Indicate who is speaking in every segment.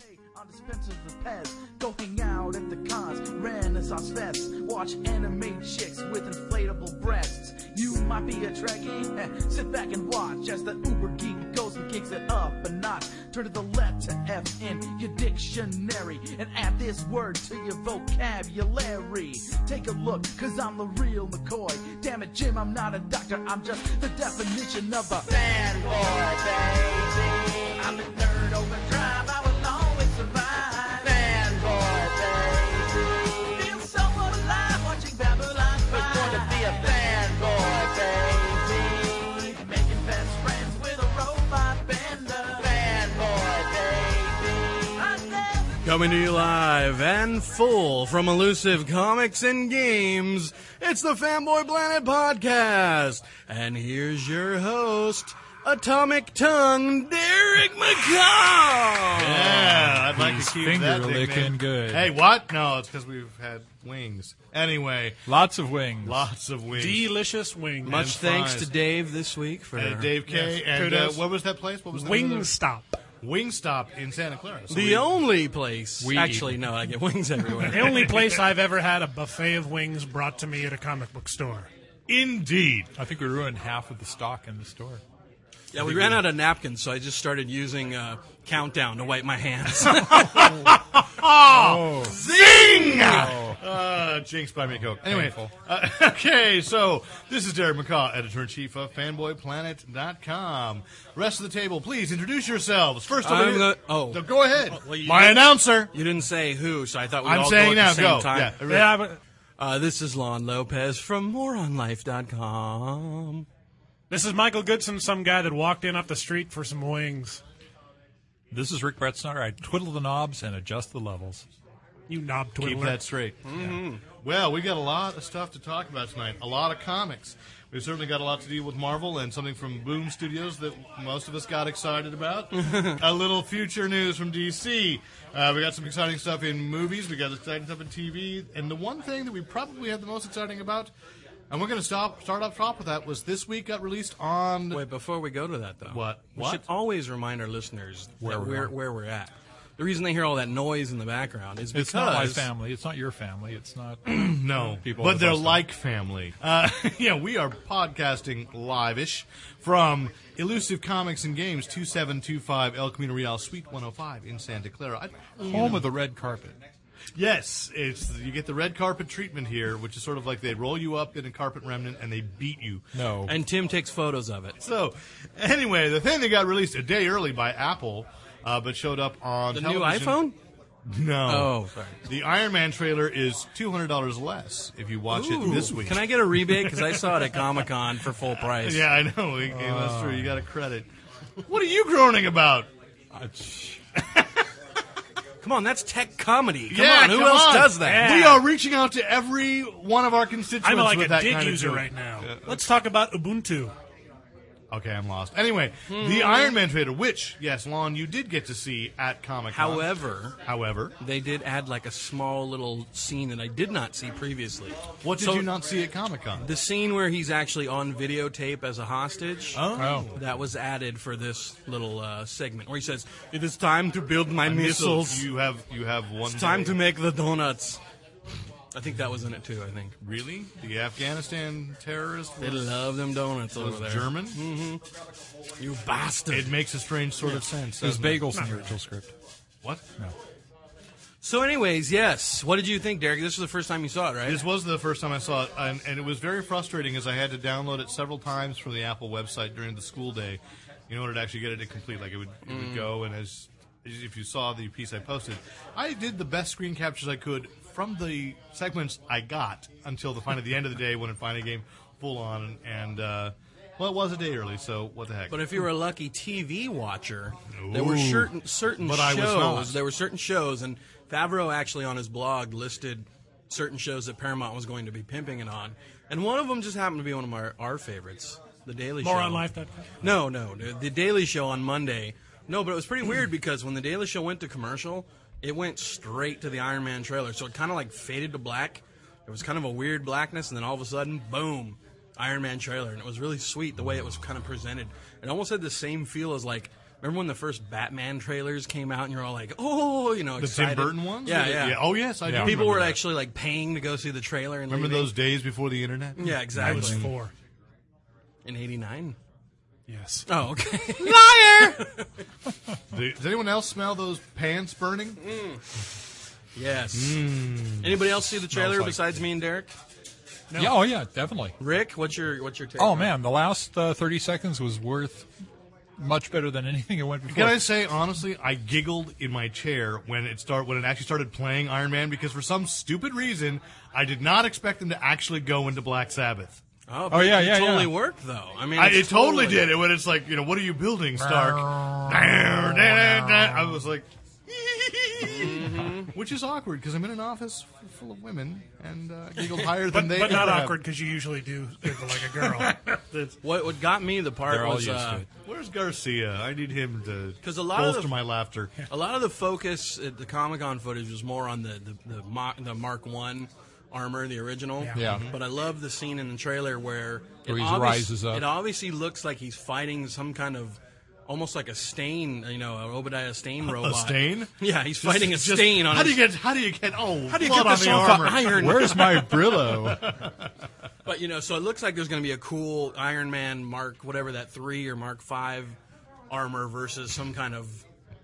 Speaker 1: Hey, on dispensers of pets, go hang out at the cons, renaissance fests, watch anime chicks with inflatable breasts. You might be a trekkie, eh, sit back and watch as the uber geek goes and kicks it up a notch. Turn to the letter F in your dictionary and add this word to your vocabulary. Take a look, cause I'm the real McCoy. Damn it, Jim, I'm not a doctor, I'm just the definition of a fanboy, baby. I'm a nerd over crime, I will always survive. Fanboy, baby. Feel somewhat alive watching Babylon 5. It's going to be a fanboy, baby. Making best friends with a robot bender. Fanboy, baby. I never
Speaker 2: Coming to you live and full from Elusive Comics and Games, it's the Fanboy Planet Podcast. And here's your host, Atomic Tongue, Derek McCall.
Speaker 3: Yeah, I'd like
Speaker 4: He's
Speaker 3: to keep
Speaker 4: finger
Speaker 3: that nickname.
Speaker 4: licking good.
Speaker 3: Hey, what? No, it's because we've had wings. Anyway,
Speaker 4: Lots of wings.
Speaker 3: lots of wings.
Speaker 5: Delicious wings.
Speaker 2: Much
Speaker 3: And
Speaker 2: thanks
Speaker 3: fries.
Speaker 2: to Dave this week for
Speaker 3: Uh, Dave K.
Speaker 5: Yes,
Speaker 3: and uh,
Speaker 5: kudos.
Speaker 3: what was that place? What was the name of
Speaker 5: Wingstop.
Speaker 3: the- Wingstop in Santa Clara. So
Speaker 2: the
Speaker 3: we-
Speaker 2: only place.
Speaker 4: We-
Speaker 2: Actually, no, I get wings
Speaker 5: The
Speaker 2: everywhere.
Speaker 5: only place I've ever had a buffet of wings brought to me at a comic book store.
Speaker 3: indeed.
Speaker 4: I think we ruined half of the stock in the store.
Speaker 2: yeah, we ran out of napkins, so I just started using uh, Countdown to wipe my hands.
Speaker 3: Oh. Zing! Uh, jinx by me, Coke. Anyway,
Speaker 4: painful.
Speaker 3: uh, okay, so this is Derek McCaw, editor in chief of fanboyplanet.com. Rest of the table, please introduce yourselves. First over
Speaker 2: I'm
Speaker 3: here.
Speaker 2: the- oh.
Speaker 3: So go ahead.
Speaker 2: well, you-
Speaker 3: My announcer.
Speaker 2: you didn't say who, so I thought we'd
Speaker 3: I'm
Speaker 2: all
Speaker 3: saying
Speaker 2: go at
Speaker 3: now,
Speaker 2: the same
Speaker 3: go.
Speaker 2: time.
Speaker 3: Yeah, Rick.
Speaker 5: Yeah, but
Speaker 2: Uh, this is Lon Lopez from MoronLife.com.
Speaker 5: this is Michael Goodson, some guy that walked in off the street for some wings.
Speaker 4: This is Rick Bretzner. I twiddle the knobs and adjust the levels.
Speaker 5: You knob
Speaker 3: Keep
Speaker 5: twiddler.
Speaker 3: that straight. Yeah. Well, we got a lot of stuff to talk about tonight. A lot of comics. We've certainly got a lot to deal with Marvel and something from Boom Studios that most of us got excited about. a little future news from DC. Uh, we got some exciting stuff in movies. We got exciting stuff in TV. And the one thing that we probably had the most exciting about, and we're going to stop start up top with that, was this week got released on.
Speaker 2: Wait, before we go to that, though,
Speaker 3: What?
Speaker 2: we
Speaker 3: What?
Speaker 2: should always remind our listeners
Speaker 4: Where
Speaker 2: that
Speaker 4: we're
Speaker 2: where,
Speaker 4: going.
Speaker 2: where we're at. The reason they hear all that noise in the background is because
Speaker 4: It's not my family. It's not your family. It's not.
Speaker 3: No,
Speaker 4: people
Speaker 3: but
Speaker 4: with
Speaker 3: they're
Speaker 4: us, though.
Speaker 3: like family. Uh, yeah, we are podcasting live-ish from Elusive Comics and Games, 2725 El Camino Real, Suite 105 in Santa Clara. I,
Speaker 4: Home of the red carpet.
Speaker 3: yes, it's you get the red carpet treatment here, which is sort of like they roll you up in a carpet remnant and they beat you.
Speaker 4: No.
Speaker 2: And Tim takes photos of it.
Speaker 3: So, anyway, the thing that got released a day early by Apple, uh, but showed up on
Speaker 2: The new
Speaker 3: television-
Speaker 2: iPhone?
Speaker 3: No.
Speaker 2: Oh, sorry.
Speaker 3: The Iron Man trailer is two hundred dollars less if you watch it this week.
Speaker 2: Can I get a rebate? Because I saw it at Comic Con for full price.
Speaker 3: Yeah, I know. It, it was
Speaker 2: Oh.
Speaker 3: true. You got a credit. What are you groaning about?
Speaker 4: I-
Speaker 2: Come on, that's tech comedy. Come
Speaker 3: yeah,
Speaker 2: on, who
Speaker 3: come
Speaker 2: else
Speaker 3: on.
Speaker 2: does that?
Speaker 5: Yeah.
Speaker 3: We are reaching out to every one of our constituents.
Speaker 5: I'm like
Speaker 3: with
Speaker 5: a
Speaker 3: that
Speaker 5: dig
Speaker 3: kind of
Speaker 5: user
Speaker 3: joke.
Speaker 5: right now. Let's talk about Ubuntu.
Speaker 3: Okay, I'm lost. Anyway,
Speaker 2: Hmm.
Speaker 3: the Iron Man trailer, which yes, Lon, you did get to see at Comic Con.
Speaker 2: However,
Speaker 3: however,
Speaker 2: they did add like a small little scene that I did not see previously.
Speaker 3: what did
Speaker 2: So,
Speaker 3: you not see at Comic Con?
Speaker 2: The scene where he's actually on videotape as a hostage.
Speaker 4: oh.
Speaker 2: That was added for this little uh, segment where he says, "It is time to build my missiles.
Speaker 3: You have you have one.
Speaker 2: It's time
Speaker 3: day.
Speaker 2: to make the donuts." I think that was in it too. I think
Speaker 3: really the Afghanistan terrorist.
Speaker 2: they
Speaker 3: was-
Speaker 2: love them donuts over
Speaker 3: was
Speaker 2: there. Hmm.
Speaker 3: German.
Speaker 2: You bastard.
Speaker 3: It makes a strange sort of sense.
Speaker 4: There's
Speaker 3: doesn't it?
Speaker 4: bagels in the original script.
Speaker 3: What?
Speaker 4: No.
Speaker 2: so, anyways, yes. What did you think, Derek? This was the first time you saw it, right?
Speaker 3: This was the first time I saw it, and, and it was very frustrating as I had to download it several times from the Apple website during the school day in order to actually get it to complete. Like it would, it
Speaker 2: Mm.
Speaker 3: would go, and as if you saw the piece I posted, I did the best screen captures I could from the segments I got until the final, the end of the day when it finally came full on. And uh, well, it was a day early, so what the heck?
Speaker 2: But if you were a lucky TV watcher, there were
Speaker 3: Ooh.
Speaker 2: certain certain
Speaker 3: But I was not.
Speaker 2: shows. There were certain shows, and Favreau actually on his blog listed certain shows that Paramount was going to be pimping it on, and one of them just happened to be one of our, our favorites, The Daily Show.
Speaker 5: More on life. That
Speaker 2: No, no, the The Daily Show on Monday. No, but it was pretty weird because when The Daily Show went to commercial, it went straight to the Iron Man trailer, so it kind of like faded to black. It was kind of a weird blackness, and then all of a sudden, boom, Iron Man trailer, and it was really sweet the way it was kind of presented. It almost had the same feel as like Remember when the first Batman trailers came out and you're all like, oh, you know,
Speaker 3: The
Speaker 2: excited.
Speaker 3: Tim Burton ones?
Speaker 2: Yeah, yeah.
Speaker 3: Oh, yes, I do.
Speaker 4: Yeah.
Speaker 2: People
Speaker 3: remember
Speaker 2: were
Speaker 3: that.
Speaker 2: actually like paying to go see the trailer and
Speaker 3: Remember
Speaker 2: leaving.
Speaker 3: those days before the internet?
Speaker 2: Yeah,
Speaker 5: I was
Speaker 2: exactly.
Speaker 5: four.
Speaker 2: In '89.
Speaker 5: Yes.
Speaker 2: Oh, okay.
Speaker 3: Do- Does anyone else smell those pants burning?
Speaker 2: yes. Anybody else see the trailer
Speaker 4: Hmm. Smells like-
Speaker 2: besides me and Derek?
Speaker 4: Yeah, oh yeah, definitely.
Speaker 2: Rick, what's your what's your take?
Speaker 4: Oh
Speaker 2: on it?
Speaker 4: man, the last uh, 30 seconds was worth much better than anything it went before.
Speaker 3: Can I say honestly, I giggled in my chair when it start when it actually started playing Iron Man because for some stupid reason I did not expect them to actually go into Black Sabbath.
Speaker 2: Oh, but
Speaker 4: yeah,
Speaker 2: it
Speaker 4: yeah,
Speaker 2: Totally
Speaker 4: yeah.
Speaker 2: worked though. I mean,
Speaker 3: I,
Speaker 2: it's
Speaker 3: it totally, did. It when it's like you know, what are you building, Stark? I was like, which is awkward because I'm in an office f- full of women and uh, giggled higher than
Speaker 5: But,
Speaker 3: they.
Speaker 5: but not
Speaker 3: ever have.
Speaker 5: awkward because you usually do giggle like a girl.
Speaker 2: What what got me the part
Speaker 4: They're all
Speaker 2: was
Speaker 4: used
Speaker 2: uh,
Speaker 4: to it.
Speaker 3: Where's Garcia? I need him to
Speaker 2: 'Cause a lot of
Speaker 3: bolster
Speaker 2: the-
Speaker 3: my laughter.
Speaker 2: a lot of the focus at the Comic Con footage was more on the the the, Mo- the Mark One armor, the original.
Speaker 4: Yeah. Mhm.
Speaker 2: But I love the scene in the trailer where it
Speaker 4: Where he
Speaker 2: obvious-
Speaker 4: rises up.
Speaker 2: It obviously looks like he's fighting some kind of. Almost like a stain, you know, an Obadiah Stain robot.
Speaker 3: A stain?
Speaker 2: Yeah, he's
Speaker 3: Just-
Speaker 2: fighting a
Speaker 3: just-
Speaker 2: stain on
Speaker 3: How
Speaker 2: his
Speaker 3: do you get? How do you get? Oh, how
Speaker 2: do you get
Speaker 3: on
Speaker 2: this
Speaker 3: the
Speaker 2: off of
Speaker 3: armor?
Speaker 2: iron?
Speaker 4: Where's my Brillo?
Speaker 2: But you know, so it looks like there's going to be a cool Iron Man Mark whatever that three or Mark five armor versus some kind of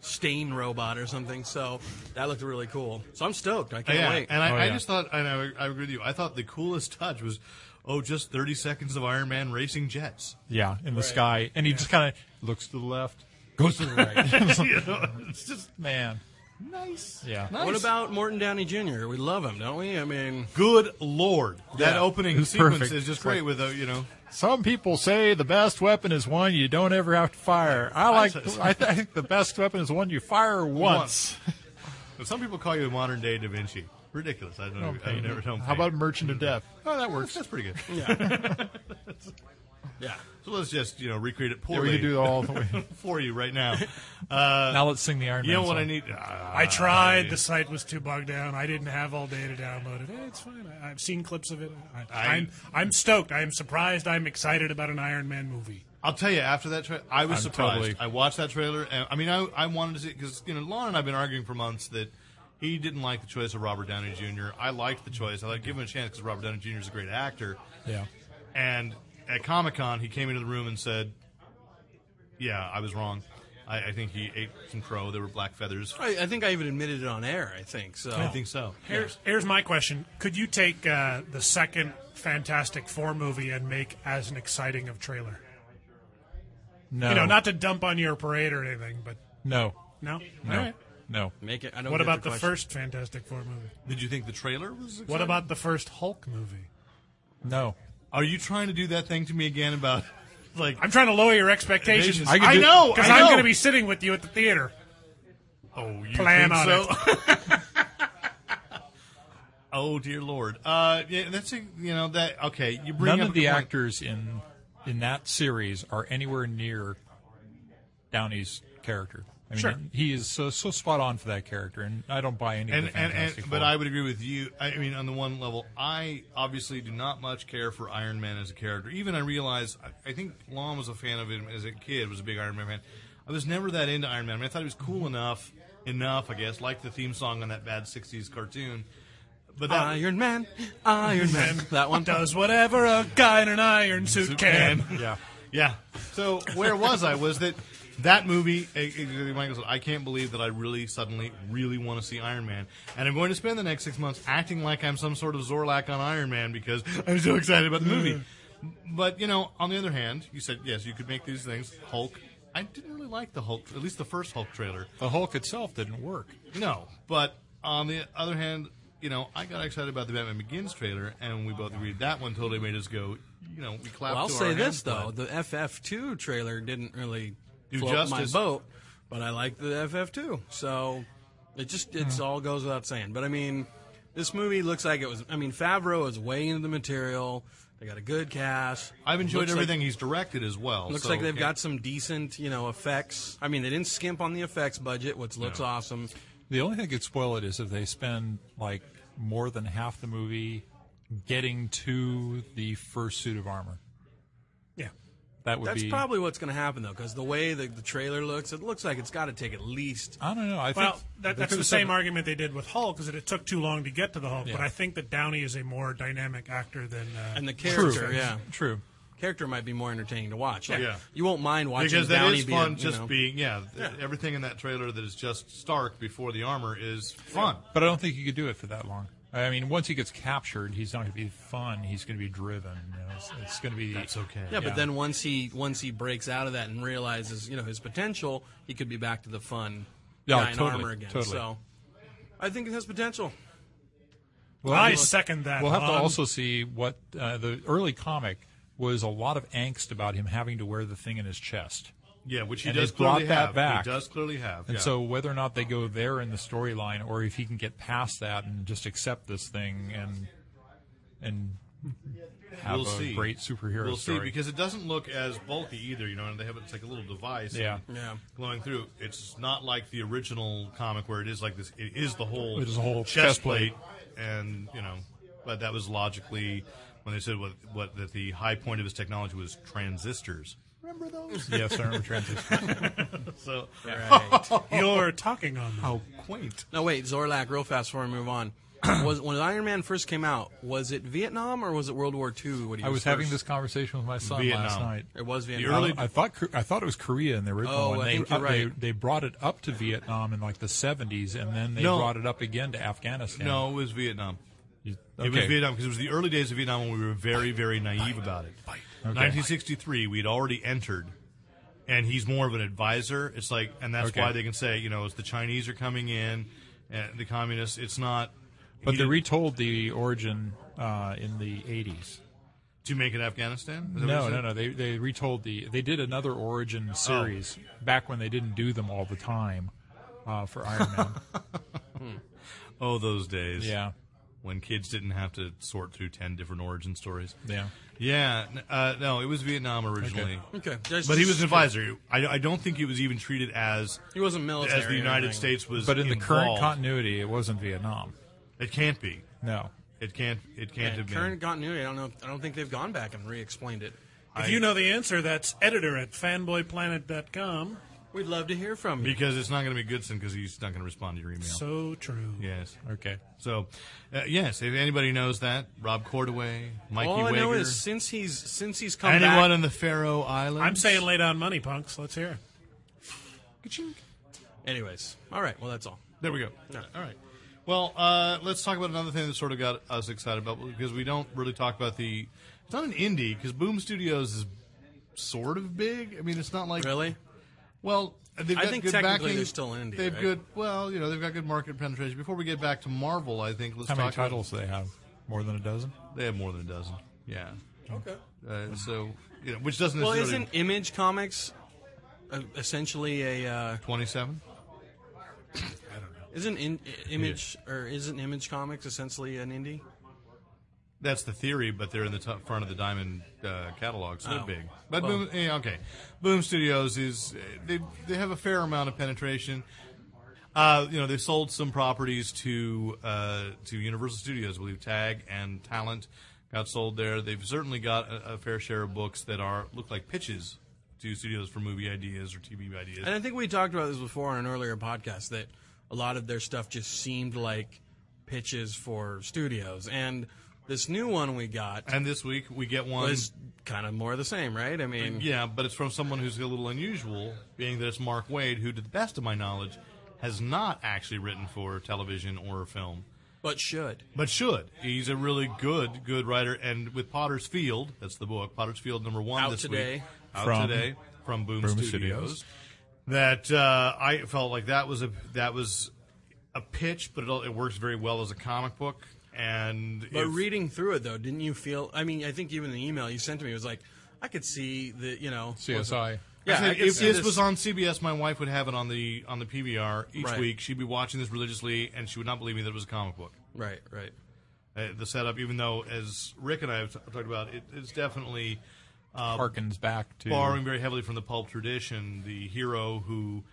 Speaker 2: stain robot or something. So that looked really cool. So I'm stoked. I can't
Speaker 3: yeah,
Speaker 2: wait.
Speaker 3: and I,
Speaker 4: Oh,
Speaker 3: I
Speaker 4: yeah.
Speaker 3: just thought, and I, I agree with you. I thought the coolest touch was, oh, just thirty seconds of Iron Man racing jets.
Speaker 4: yeah, in the sky, and he just kind of looks to the left, goes to the right.
Speaker 3: You know, it's just
Speaker 4: man,
Speaker 3: nice.
Speaker 4: Yeah.
Speaker 3: nice.
Speaker 2: What about Morton Downey Jr.? We love him, don't we? I mean,
Speaker 3: Good Lord, that
Speaker 2: Yeah.
Speaker 3: opening
Speaker 4: It's
Speaker 3: sequence
Speaker 4: perfect.
Speaker 3: is just
Speaker 4: It's
Speaker 3: great.
Speaker 4: like-
Speaker 3: with a you know,
Speaker 4: some people say the best weapon is one you don't ever have to fire. I like. I, th- I think the best weapon is one you fire once.
Speaker 3: But some people call you a modern day Da Vinci. Ridiculous. I don't. know. I never know.
Speaker 4: How about Merchant of Death? Oh, that works.
Speaker 3: That's pretty good.
Speaker 2: yeah.
Speaker 3: So let's just you know recreate it
Speaker 4: Yeah, we
Speaker 3: poorly
Speaker 4: could do all the way.
Speaker 3: for you right now.
Speaker 4: now let's sing the Iron
Speaker 3: You
Speaker 4: Man.
Speaker 3: know what
Speaker 4: song.
Speaker 3: I need? Ah,
Speaker 5: I tried. The site was too bogged down. I didn't have all day to download it. Eh, it's fine. I, I've seen clips of it. I,
Speaker 3: I-
Speaker 5: I, am I'm stoked. I'm surprised. I'm excited about an Iron Man movie.
Speaker 3: I'll tell you, after that trailer, I was
Speaker 4: I'm
Speaker 3: surprised.
Speaker 4: totally-
Speaker 3: I watched that trailer, and I mean, I, I wanted to see because you know, Lauren and I've been arguing for months that he didn't like the choice of Robert Downey Jr. I liked the choice. I like give him a chance because Robert Downey Jr. is a great actor.
Speaker 4: Yeah.
Speaker 3: And at Comic Con, he came into the room and said, "Yeah, I was wrong. I, I think he ate some crow. There were black feathers.
Speaker 2: I, I think I even admitted it on air. I think
Speaker 5: Oh.
Speaker 2: so.
Speaker 3: I think so.
Speaker 5: Here's, here's my question: Could you take uh, the second Fantastic Four movie and make as an exciting of trailer?
Speaker 4: No.
Speaker 5: You know, not to dump on your parade or anything, but
Speaker 4: no.
Speaker 5: no.
Speaker 4: No.
Speaker 5: All right.
Speaker 4: No.
Speaker 2: Make it. I don't.
Speaker 5: What
Speaker 2: get
Speaker 5: about the,
Speaker 2: question.
Speaker 5: first Fantastic Four movie?
Speaker 3: Did you think the trailer was?
Speaker 5: What
Speaker 3: exciting?
Speaker 5: about the first Hulk movie?
Speaker 4: No.
Speaker 3: Are you trying to do that thing to me again about like?
Speaker 5: I'm trying to lower your expectations.
Speaker 4: I could
Speaker 3: I
Speaker 4: do-
Speaker 3: know
Speaker 5: because
Speaker 3: I
Speaker 5: I'm
Speaker 3: know.
Speaker 5: going to be sitting with you at the theater.
Speaker 3: Oh, you
Speaker 5: Plan
Speaker 3: think
Speaker 5: on
Speaker 3: so? oh dear lord. Uh, yeah, that's a, you know that okay. You bring
Speaker 4: None
Speaker 3: up
Speaker 4: of the
Speaker 3: actors.
Speaker 4: actors in in that series are anywhere near Downey's character. I mean,
Speaker 5: Sure.
Speaker 4: he is so, so spot on for that character, and I don't buy any
Speaker 3: And,
Speaker 4: of the
Speaker 3: and,
Speaker 4: Fantastic
Speaker 3: and but
Speaker 4: Four.
Speaker 3: I would agree with you. I mean, on the one level, I obviously do not much care for Iron Man as a character. Even I realize I, I think Lon was a fan of him as a kid. Was a big Iron Man fan. I was never that into Iron Man. I, mean, I thought he was cool enough, enough I guess, like the theme song on that bad '60s cartoon. But that,
Speaker 2: Iron Man, Iron Man. that one.
Speaker 5: Does whatever a guy in an iron suit can.
Speaker 3: Yeah. Yeah. So where was I? Was that that movie? eh, eh, Michael said, I can't believe that I really suddenly really want to see Iron Man, and I'm going to spend the next six months acting like I'm some sort of Zorlak on Iron Man because I'm so excited about the movie.
Speaker 2: Mm.
Speaker 3: But you know, on the other hand, you said yes, you could make these things. Hulk. I didn't really like the Hulk, at least the first Hulk trailer.
Speaker 2: Oh.
Speaker 4: the Hulk itself didn't work.
Speaker 3: No, but on the other hand, you know, I got excited about the Batman Begins trailer, and we both agreed that one totally made us go. You know, we clapped.
Speaker 2: Well, I'll
Speaker 3: to
Speaker 2: say
Speaker 3: our
Speaker 2: this
Speaker 3: hands
Speaker 2: though: the FF2 trailer didn't really
Speaker 3: Do
Speaker 2: float my
Speaker 3: justice.
Speaker 2: boat, but I like the FF2. So it just
Speaker 4: Hmm.
Speaker 2: it's all goes without saying. But I mean, this movie looks like it was. I mean, Favreau is way into the material. They got a good cast.
Speaker 3: I've enjoyed
Speaker 2: Looks like-
Speaker 3: everything he's directed as well.
Speaker 2: Looks
Speaker 3: so-
Speaker 2: like they've got some decent, you know, effects. I mean, they didn't skimp on the effects budget, which looks awesome.
Speaker 4: The only thing that could spoil it is if they spend like more than half the movie getting to the first suit of armor.
Speaker 5: Yeah.
Speaker 4: That would
Speaker 2: That's
Speaker 4: be.
Speaker 2: probably what's going to happen though, because the way the, the trailer looks, it looks like it's got to take at least.
Speaker 4: I don't know. I
Speaker 5: Well,
Speaker 4: think
Speaker 5: that, that's the same argument they did with Hulk, is that it took too long to get to the Hulk. But
Speaker 4: Yeah.
Speaker 5: I think that Downey is a more dynamic actor than. Uh,
Speaker 2: And the
Speaker 4: True.
Speaker 2: character, yeah,
Speaker 4: True.
Speaker 2: character might be more entertaining to watch. Like,
Speaker 3: Oh, Yeah.
Speaker 2: you won't mind watching
Speaker 3: because that
Speaker 2: Downey
Speaker 3: is
Speaker 2: be
Speaker 3: fun.
Speaker 2: a, you
Speaker 3: just
Speaker 2: know-
Speaker 3: being yeah, th- everything in that trailer that is just Stark before the armor is fun.
Speaker 4: But I don't think you could do it for that long. I mean, once he gets captured, he's not going to be fun. He's going to be driven. You know, it's, it's going to be.
Speaker 3: That's okay.
Speaker 2: Yeah,
Speaker 4: Yeah.
Speaker 2: but then once he once he breaks out of that and realizes you know his potential, he could be back to the fun
Speaker 4: Yeah,
Speaker 2: guy in
Speaker 4: totally,
Speaker 2: armor again.
Speaker 4: totally.
Speaker 2: So I think it has potential.
Speaker 4: Well,
Speaker 5: I
Speaker 4: we'll-
Speaker 5: second that.
Speaker 4: We'll have to
Speaker 5: Um,
Speaker 4: also see what uh, the early comic was. A lot of angst about him having to wear the thing in his chest,
Speaker 3: Yeah, which he
Speaker 4: And
Speaker 3: does
Speaker 4: they brought
Speaker 3: clearly
Speaker 4: that
Speaker 3: have.
Speaker 4: back.
Speaker 3: He does clearly have.
Speaker 4: and
Speaker 3: yeah.
Speaker 4: so whether or not they go there in the storyline, or if he can get past that and just accept this thing and and have
Speaker 3: We'll
Speaker 4: a
Speaker 3: see.
Speaker 4: great superhero
Speaker 3: we'll
Speaker 4: story.
Speaker 3: see because it doesn't look as bulky either. You know, and they have it's like a little device.
Speaker 4: Yeah.
Speaker 2: Yeah.
Speaker 3: Glowing through, it's not like the original comic where it is like this. It is the whole,
Speaker 4: It is a whole chest
Speaker 3: chest
Speaker 4: plate.
Speaker 3: plate, and you know, but that was logically when they said what what that the high point of his technology was transistors. Remember those?
Speaker 4: yes, I remember transition.
Speaker 3: so
Speaker 5: You're talking on that.
Speaker 3: how quaint.
Speaker 2: No, wait, Zorlak, real fast before we move on. was when Iron Man first came out, was it Vietnam or was it World War II? What he
Speaker 4: I was
Speaker 2: first?
Speaker 4: having this conversation with my son last
Speaker 3: Vietnam.
Speaker 4: night.
Speaker 2: It was
Speaker 3: The
Speaker 2: Vietnam.
Speaker 3: early-
Speaker 4: I, I thought Kor- I thought it was Korea in the original.
Speaker 2: Oh,
Speaker 4: and
Speaker 2: I
Speaker 4: they,
Speaker 2: think you're
Speaker 4: uh,
Speaker 2: right.
Speaker 4: They, they brought it up to Vietnam in like the 70s, and then they
Speaker 3: No.
Speaker 4: brought it up again to Afghanistan.
Speaker 3: No, it was Vietnam.
Speaker 4: You-
Speaker 3: It was
Speaker 4: okay.
Speaker 3: Vietnam because it was the early days of Vietnam when we were very, very naive about it. 1963, we had already entered, and he's more of an advisor. It's like, and that's
Speaker 4: Okay.
Speaker 3: why they can say, you know, it's the Chinese are coming in, and the communists. It's not.
Speaker 4: But
Speaker 3: he
Speaker 4: they
Speaker 3: didn't-
Speaker 4: retold the origin uh, in the 80s.
Speaker 3: to make it Afghanistan. Is that what
Speaker 4: No,
Speaker 3: you
Speaker 4: no,
Speaker 3: said? Oh.
Speaker 4: no. They they retold the. They did another origin series back when they didn't do them all the time uh, for Iron Man.
Speaker 3: Oh, those days.
Speaker 4: yeah,
Speaker 3: when kids didn't have to sort through ten different origin stories.
Speaker 4: yeah.
Speaker 3: Yeah, n- uh, no, it was Vietnam originally.
Speaker 2: Okay, just-
Speaker 3: But he was an advisor. I, I don't think he was even treated as
Speaker 2: He wasn't military.
Speaker 3: as the
Speaker 2: or
Speaker 3: United
Speaker 2: anything.
Speaker 3: States was.
Speaker 4: But in the current
Speaker 3: involved.
Speaker 4: continuity, it wasn't Vietnam.
Speaker 3: it can't be.
Speaker 4: No.
Speaker 3: It can't. It can't
Speaker 2: Yeah,
Speaker 3: have been.
Speaker 2: current continuity. I don't know. I don't think they've gone back and re-explained it.
Speaker 5: If you know the answer, that's editor at fanboyplanet.com.
Speaker 2: We'd love to hear from you.
Speaker 3: Because it's not going to be Goodson because he's not going to respond to your email.
Speaker 5: So true.
Speaker 3: yes.
Speaker 4: Okay.
Speaker 3: So, uh, yes, if anybody knows that, Rob Cordaway, Mikey
Speaker 2: All I know
Speaker 3: Wager,
Speaker 2: is since he's since he's come
Speaker 3: anyone
Speaker 2: back,
Speaker 3: on the Faroe Islands.
Speaker 5: I'm saying lay down money, punks. Let's hear. it.
Speaker 2: Anyways, all right. Well, that's all.
Speaker 3: There we go. All right. Well, uh, let's talk about another thing that sort of got us excited about because we don't really talk about the. It's not an indie because Boom Studios is sort of big. I mean, it's not like
Speaker 2: Really?
Speaker 3: Well, they've
Speaker 2: I
Speaker 3: got
Speaker 2: think
Speaker 3: good
Speaker 2: technically
Speaker 3: backing.
Speaker 2: they're still indie,
Speaker 3: They've
Speaker 2: right?
Speaker 3: good. Well, you know, they've got good market penetration. Before we get back to Marvel, I think let's
Speaker 4: How many
Speaker 3: talk about-
Speaker 4: titles do they have? More than a dozen.
Speaker 3: They have more than a dozen. Yeah.
Speaker 2: Okay.
Speaker 3: Uh, so, you know, which doesn't
Speaker 2: Well,
Speaker 3: necessarily
Speaker 2: isn't Image Comics uh, essentially a uh,
Speaker 3: 27?
Speaker 2: isn't in, I- Image or isn't Image Comics essentially an indie?
Speaker 3: That's the theory, but they're in the top front of the Diamond uh, catalog, so
Speaker 2: Oh.
Speaker 3: they're big. But
Speaker 2: Well-
Speaker 3: Boom, yeah, okay, Boom Studios is uh, they they have a fair amount of penetration. Uh, you know, they sold some properties to uh, to Universal Studios, I believe. Tag and Talent got sold there. They've certainly got a, a fair share of books that are look like pitches to studios for movie ideas or TV ideas.
Speaker 2: And I think we talked about this before on an earlier podcast that a lot of their stuff just seemed like pitches for studios, and this new one we got
Speaker 3: And this week we get one.
Speaker 2: was kind of more of the same, right? I mean,
Speaker 3: Yeah, but it's from someone who's a little unusual, being that it's Mark Wade, who, to the best of my knowledge, has not actually written for television or film,
Speaker 2: but should.
Speaker 3: but should. He's a really good, good writer. And with Potter's Field, that's the book, Potter's Field number one
Speaker 2: Out
Speaker 3: this week,
Speaker 2: today.
Speaker 3: out
Speaker 4: From-
Speaker 3: today from Boom,
Speaker 4: Boom
Speaker 3: Studios,
Speaker 4: Studios.
Speaker 3: that uh, I felt like that was a that was a pitch, but it, all- it works very well as a comic book. And
Speaker 2: But
Speaker 3: if-
Speaker 2: reading through it though, didn't you feel? I mean, I think even the email you sent to me was like, I could see the you know
Speaker 4: CSI.
Speaker 2: Yeah,
Speaker 3: I
Speaker 2: I
Speaker 3: said,
Speaker 2: could
Speaker 3: if
Speaker 2: see
Speaker 3: this, was on CBS, my wife would have it on the on the PVR each
Speaker 2: Right.
Speaker 3: week. She'd be watching this religiously, and she would not believe me that it was a comic book.
Speaker 2: right, right.
Speaker 3: Uh, the setup, even though, as Rick and I have t- talked about, it, it's definitely
Speaker 4: harkens back to
Speaker 3: Um, borrowing very heavily from the pulp tradition. The hero who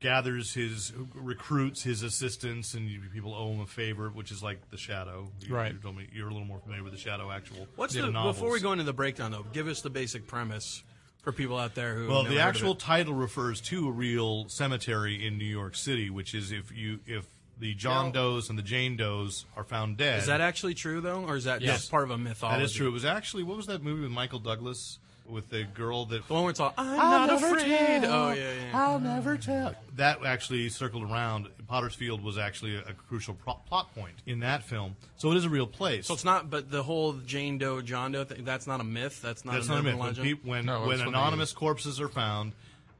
Speaker 3: gathers his who recruits his assistants, and you, people owe him a favor, which is like the Shadow. You,
Speaker 4: Right.
Speaker 3: You told me you're a little more familiar with the Shadow actual.
Speaker 2: What's
Speaker 3: yeah,
Speaker 2: the
Speaker 3: novels.
Speaker 2: before we go into the breakdown though? Give us the basic premise for people out there who.
Speaker 3: Well,
Speaker 2: have never
Speaker 3: the
Speaker 2: heard of
Speaker 3: actual
Speaker 2: it.
Speaker 3: title refers to a real cemetery in New York City, which is if you if the John Does and the Jane Does are found dead.
Speaker 2: is that actually true though, or is that
Speaker 3: Yes.
Speaker 2: just part of a mythology?
Speaker 3: That is true. It was actually what was that movie with Michael Douglas with the girl that
Speaker 2: The one where it's all I'm not afraid. Oh yeah, yeah.
Speaker 3: I'll never tell. That actually circled around. Potter's Field was actually a, a crucial pro- plot point in that film. So it is a real place.
Speaker 2: So it's not, but the whole Jane Doe, John Doe thing, that's not a myth. That's not
Speaker 3: That's
Speaker 2: an
Speaker 3: not a
Speaker 2: urban
Speaker 3: myth. When,
Speaker 2: legend.
Speaker 3: peop- when,
Speaker 4: No,
Speaker 3: when
Speaker 4: that's what they-
Speaker 3: anonymous corpses are found,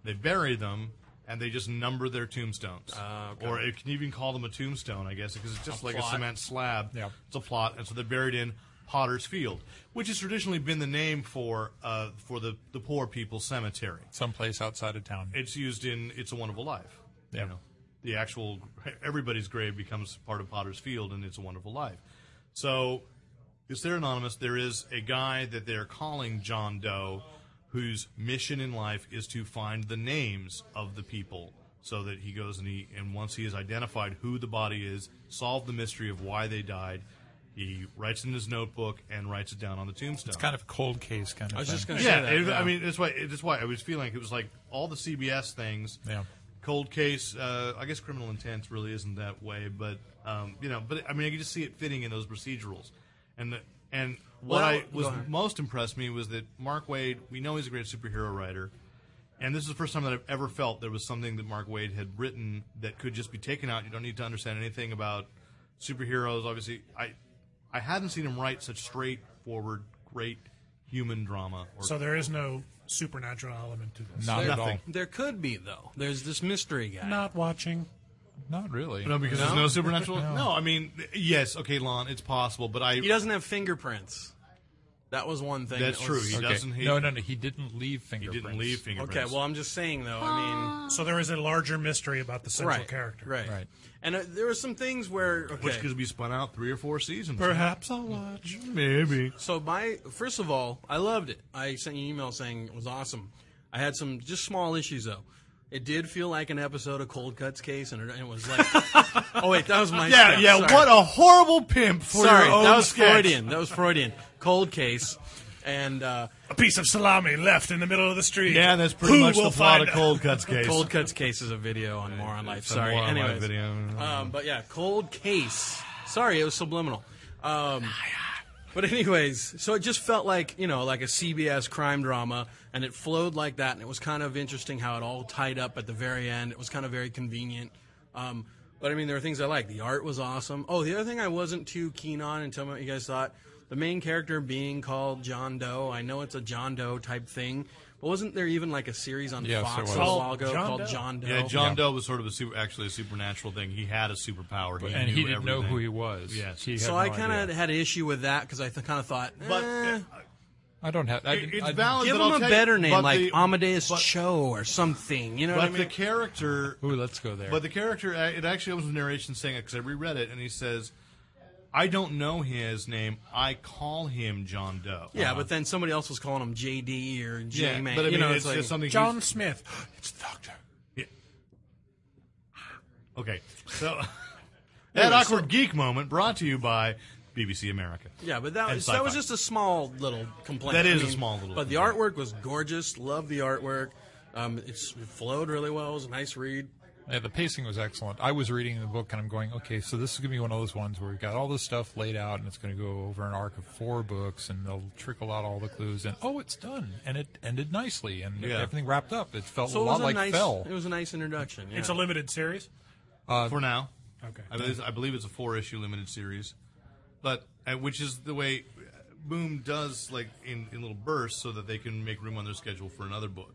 Speaker 3: they bury them and they just number their tombstones. Or you can even call them a tombstone, I guess, because it's just
Speaker 2: Ah, A
Speaker 3: like
Speaker 2: plot.
Speaker 3: a cement slab.
Speaker 4: Yeah.
Speaker 3: It's a plot, and so they're buried in Potter's Field, which has traditionally been the name for uh, for the the poor people's cemetery.
Speaker 4: someplace outside of town.
Speaker 3: It's used in "It's a Wonderful Life."
Speaker 4: Yeah.
Speaker 3: You know, the actual everybody's grave becomes part of Potter's Field, and "It's a Wonderful Life." So, is there anonymous? There is a guy that they're calling John Doe, whose mission in life is to find the names of the people, so that he goes and he and once he has identified who the body is, solve the mystery of why they died. He writes in his notebook and writes it down on the tombstone.
Speaker 4: It's kind of a cold case kind of.
Speaker 2: I was
Speaker 4: thing.
Speaker 2: just gonna
Speaker 3: Yeah,
Speaker 2: say that.
Speaker 3: it-
Speaker 2: yeah.
Speaker 3: I mean, that's why that's why I was feeling like it was like all the CBS things.
Speaker 4: Yeah.
Speaker 3: Cold case. Uh, I guess criminal intent really isn't that way, but um, you know, but I mean, I could just see it fitting in those procedurals, and the, and what
Speaker 2: Well,
Speaker 3: I
Speaker 2: go
Speaker 3: was
Speaker 2: ahead.
Speaker 3: most impressed me was that Mark Wade. We know he's a great superhero writer, and this is the first time that I've ever felt there was something that Mark Wade had written that could just be taken out. You don't need to understand anything about superheroes. Obviously, I I hadn't seen him write such straightforward, great human drama. Or
Speaker 5: So there is no supernatural element to this.
Speaker 4: not at all.
Speaker 3: nothing.
Speaker 2: there could be though. There's this mystery guy.
Speaker 5: Not watching.
Speaker 4: Not really.
Speaker 3: No, because there's no supernatural. no. I mean, th- yes, okay, Lon, it's possible, but I.
Speaker 2: He doesn't have fingerprints. That was one thing.
Speaker 3: That's
Speaker 2: that
Speaker 3: true.
Speaker 2: was-
Speaker 3: He
Speaker 4: Okay.
Speaker 3: doesn't. He,
Speaker 4: no, no, no. He didn't leave
Speaker 3: He
Speaker 4: fingerprints.
Speaker 3: didn't leave fingerprints.
Speaker 2: Okay, well, I'm just saying though. I mean,
Speaker 5: So there is a larger mystery about the central
Speaker 2: right,
Speaker 5: character.
Speaker 2: right,
Speaker 4: Right.
Speaker 2: And uh, there were some things where okay.
Speaker 3: which could be spun out three or four seasons.
Speaker 5: Perhaps I'll watch.
Speaker 3: maybe.
Speaker 2: So my first of all, I loved it. I sent you an email saying it was awesome. I had some just small issues though. It did feel like an episode of Cold Cuts Case, and it, it was like, oh wait, that was my
Speaker 3: Yeah,
Speaker 2: sketch,
Speaker 3: yeah.
Speaker 2: sorry.
Speaker 3: What a horrible pimp for
Speaker 2: sorry,
Speaker 3: your own
Speaker 2: that was
Speaker 3: sketch.
Speaker 2: Freudian. That was Freudian. Cold Case, and uh,
Speaker 5: A piece of salami left in the middle of the street.
Speaker 3: Yeah, that's pretty
Speaker 5: Who
Speaker 3: much
Speaker 5: will
Speaker 3: the plot
Speaker 5: find
Speaker 3: of
Speaker 5: out?
Speaker 3: Cold Cuts case.
Speaker 2: Cold Cuts Case is a video on More on Life.
Speaker 3: It's a
Speaker 2: Sorry,
Speaker 3: More on Life
Speaker 2: anyways.
Speaker 3: video.
Speaker 2: Um, but yeah, Cold Case. Sorry, it was subliminal. Um,
Speaker 3: Ah,
Speaker 2: but anyways, so it just felt like you know, like a CBS crime drama, and it flowed like that, and it was kind of interesting how it all tied up at the very end. It was kind of very convenient. Um, but I mean, there were things I liked. The art was awesome. Oh, the other thing I wasn't too keen on, and tell me what you guys thought. The main character being called John Doe. I know it's a John Doe type thing, but wasn't there even like a series on
Speaker 4: Yes, there
Speaker 2: Fox
Speaker 4: was.
Speaker 2: a little while ago
Speaker 5: John
Speaker 2: called
Speaker 5: Doe.
Speaker 2: John Doe?
Speaker 3: Yeah, John Doe was sort of a super, actually a supernatural thing. He had a superpower,
Speaker 4: And
Speaker 3: knew
Speaker 4: he didn't know
Speaker 3: everything.
Speaker 4: who he was.
Speaker 3: Yes.
Speaker 4: He had
Speaker 2: So
Speaker 4: no
Speaker 2: I kind
Speaker 4: idea.
Speaker 2: of had an issue with that because I th- kind of thought,
Speaker 3: But
Speaker 2: eh,
Speaker 3: uh,
Speaker 4: I don't have. I,
Speaker 3: it-
Speaker 4: didn't-
Speaker 3: it's
Speaker 4: I didn't-
Speaker 3: valid.
Speaker 2: give
Speaker 3: but I'll
Speaker 2: him a
Speaker 3: tell you-
Speaker 2: better name
Speaker 3: but
Speaker 2: like
Speaker 3: the-
Speaker 2: Amadeus
Speaker 3: but-
Speaker 2: Cho or something. You know what I
Speaker 3: But the
Speaker 2: mean?
Speaker 3: character
Speaker 4: Ooh, let's go there.
Speaker 3: But the character, uh, it actually opens with narration saying it because I reread it, and he says, "I don't know his name. I call him John Doe."
Speaker 2: yeah, but then somebody else was calling him JD or
Speaker 3: uh, yeah,
Speaker 2: J Man.
Speaker 3: but I mean,
Speaker 2: you know,
Speaker 3: it's,
Speaker 2: it's, like,
Speaker 3: just something.
Speaker 5: John Smith. it's the doctor.
Speaker 3: he's- yeah. Okay, so that awkward geek moment brought to you by BBC America.
Speaker 2: yeah, but that
Speaker 3: And
Speaker 2: was, that was
Speaker 3: sci-fi.
Speaker 2: just a small little complaint.
Speaker 3: That
Speaker 2: I
Speaker 3: is a
Speaker 2: mean,
Speaker 3: small little
Speaker 2: But the
Speaker 3: complaint.
Speaker 2: artwork was gorgeous. Love the artwork. Um, it's, it flowed really well. It was a nice read.
Speaker 4: Yeah, the pacing was excellent. I was reading the book and I'm going, okay, so this is going to be one of those ones where we've got all this stuff laid out and it's going to go over an arc of four books and they'll trickle out all the clues and oh, it's done and it ended nicely and
Speaker 3: Yeah.
Speaker 4: everything wrapped up. It felt
Speaker 2: So
Speaker 4: a
Speaker 2: it was
Speaker 4: lot
Speaker 2: a
Speaker 4: like
Speaker 2: nice.
Speaker 4: Fell.
Speaker 2: It was a nice introduction. yeah.
Speaker 5: It's a limited series.
Speaker 2: Uh,
Speaker 3: For now,
Speaker 5: Okay.
Speaker 3: I believe, I believe it's a four-issue limited series, but uh, which is the way uh, Boom does, like in, in little bursts, so that they can make room on their schedule for another book,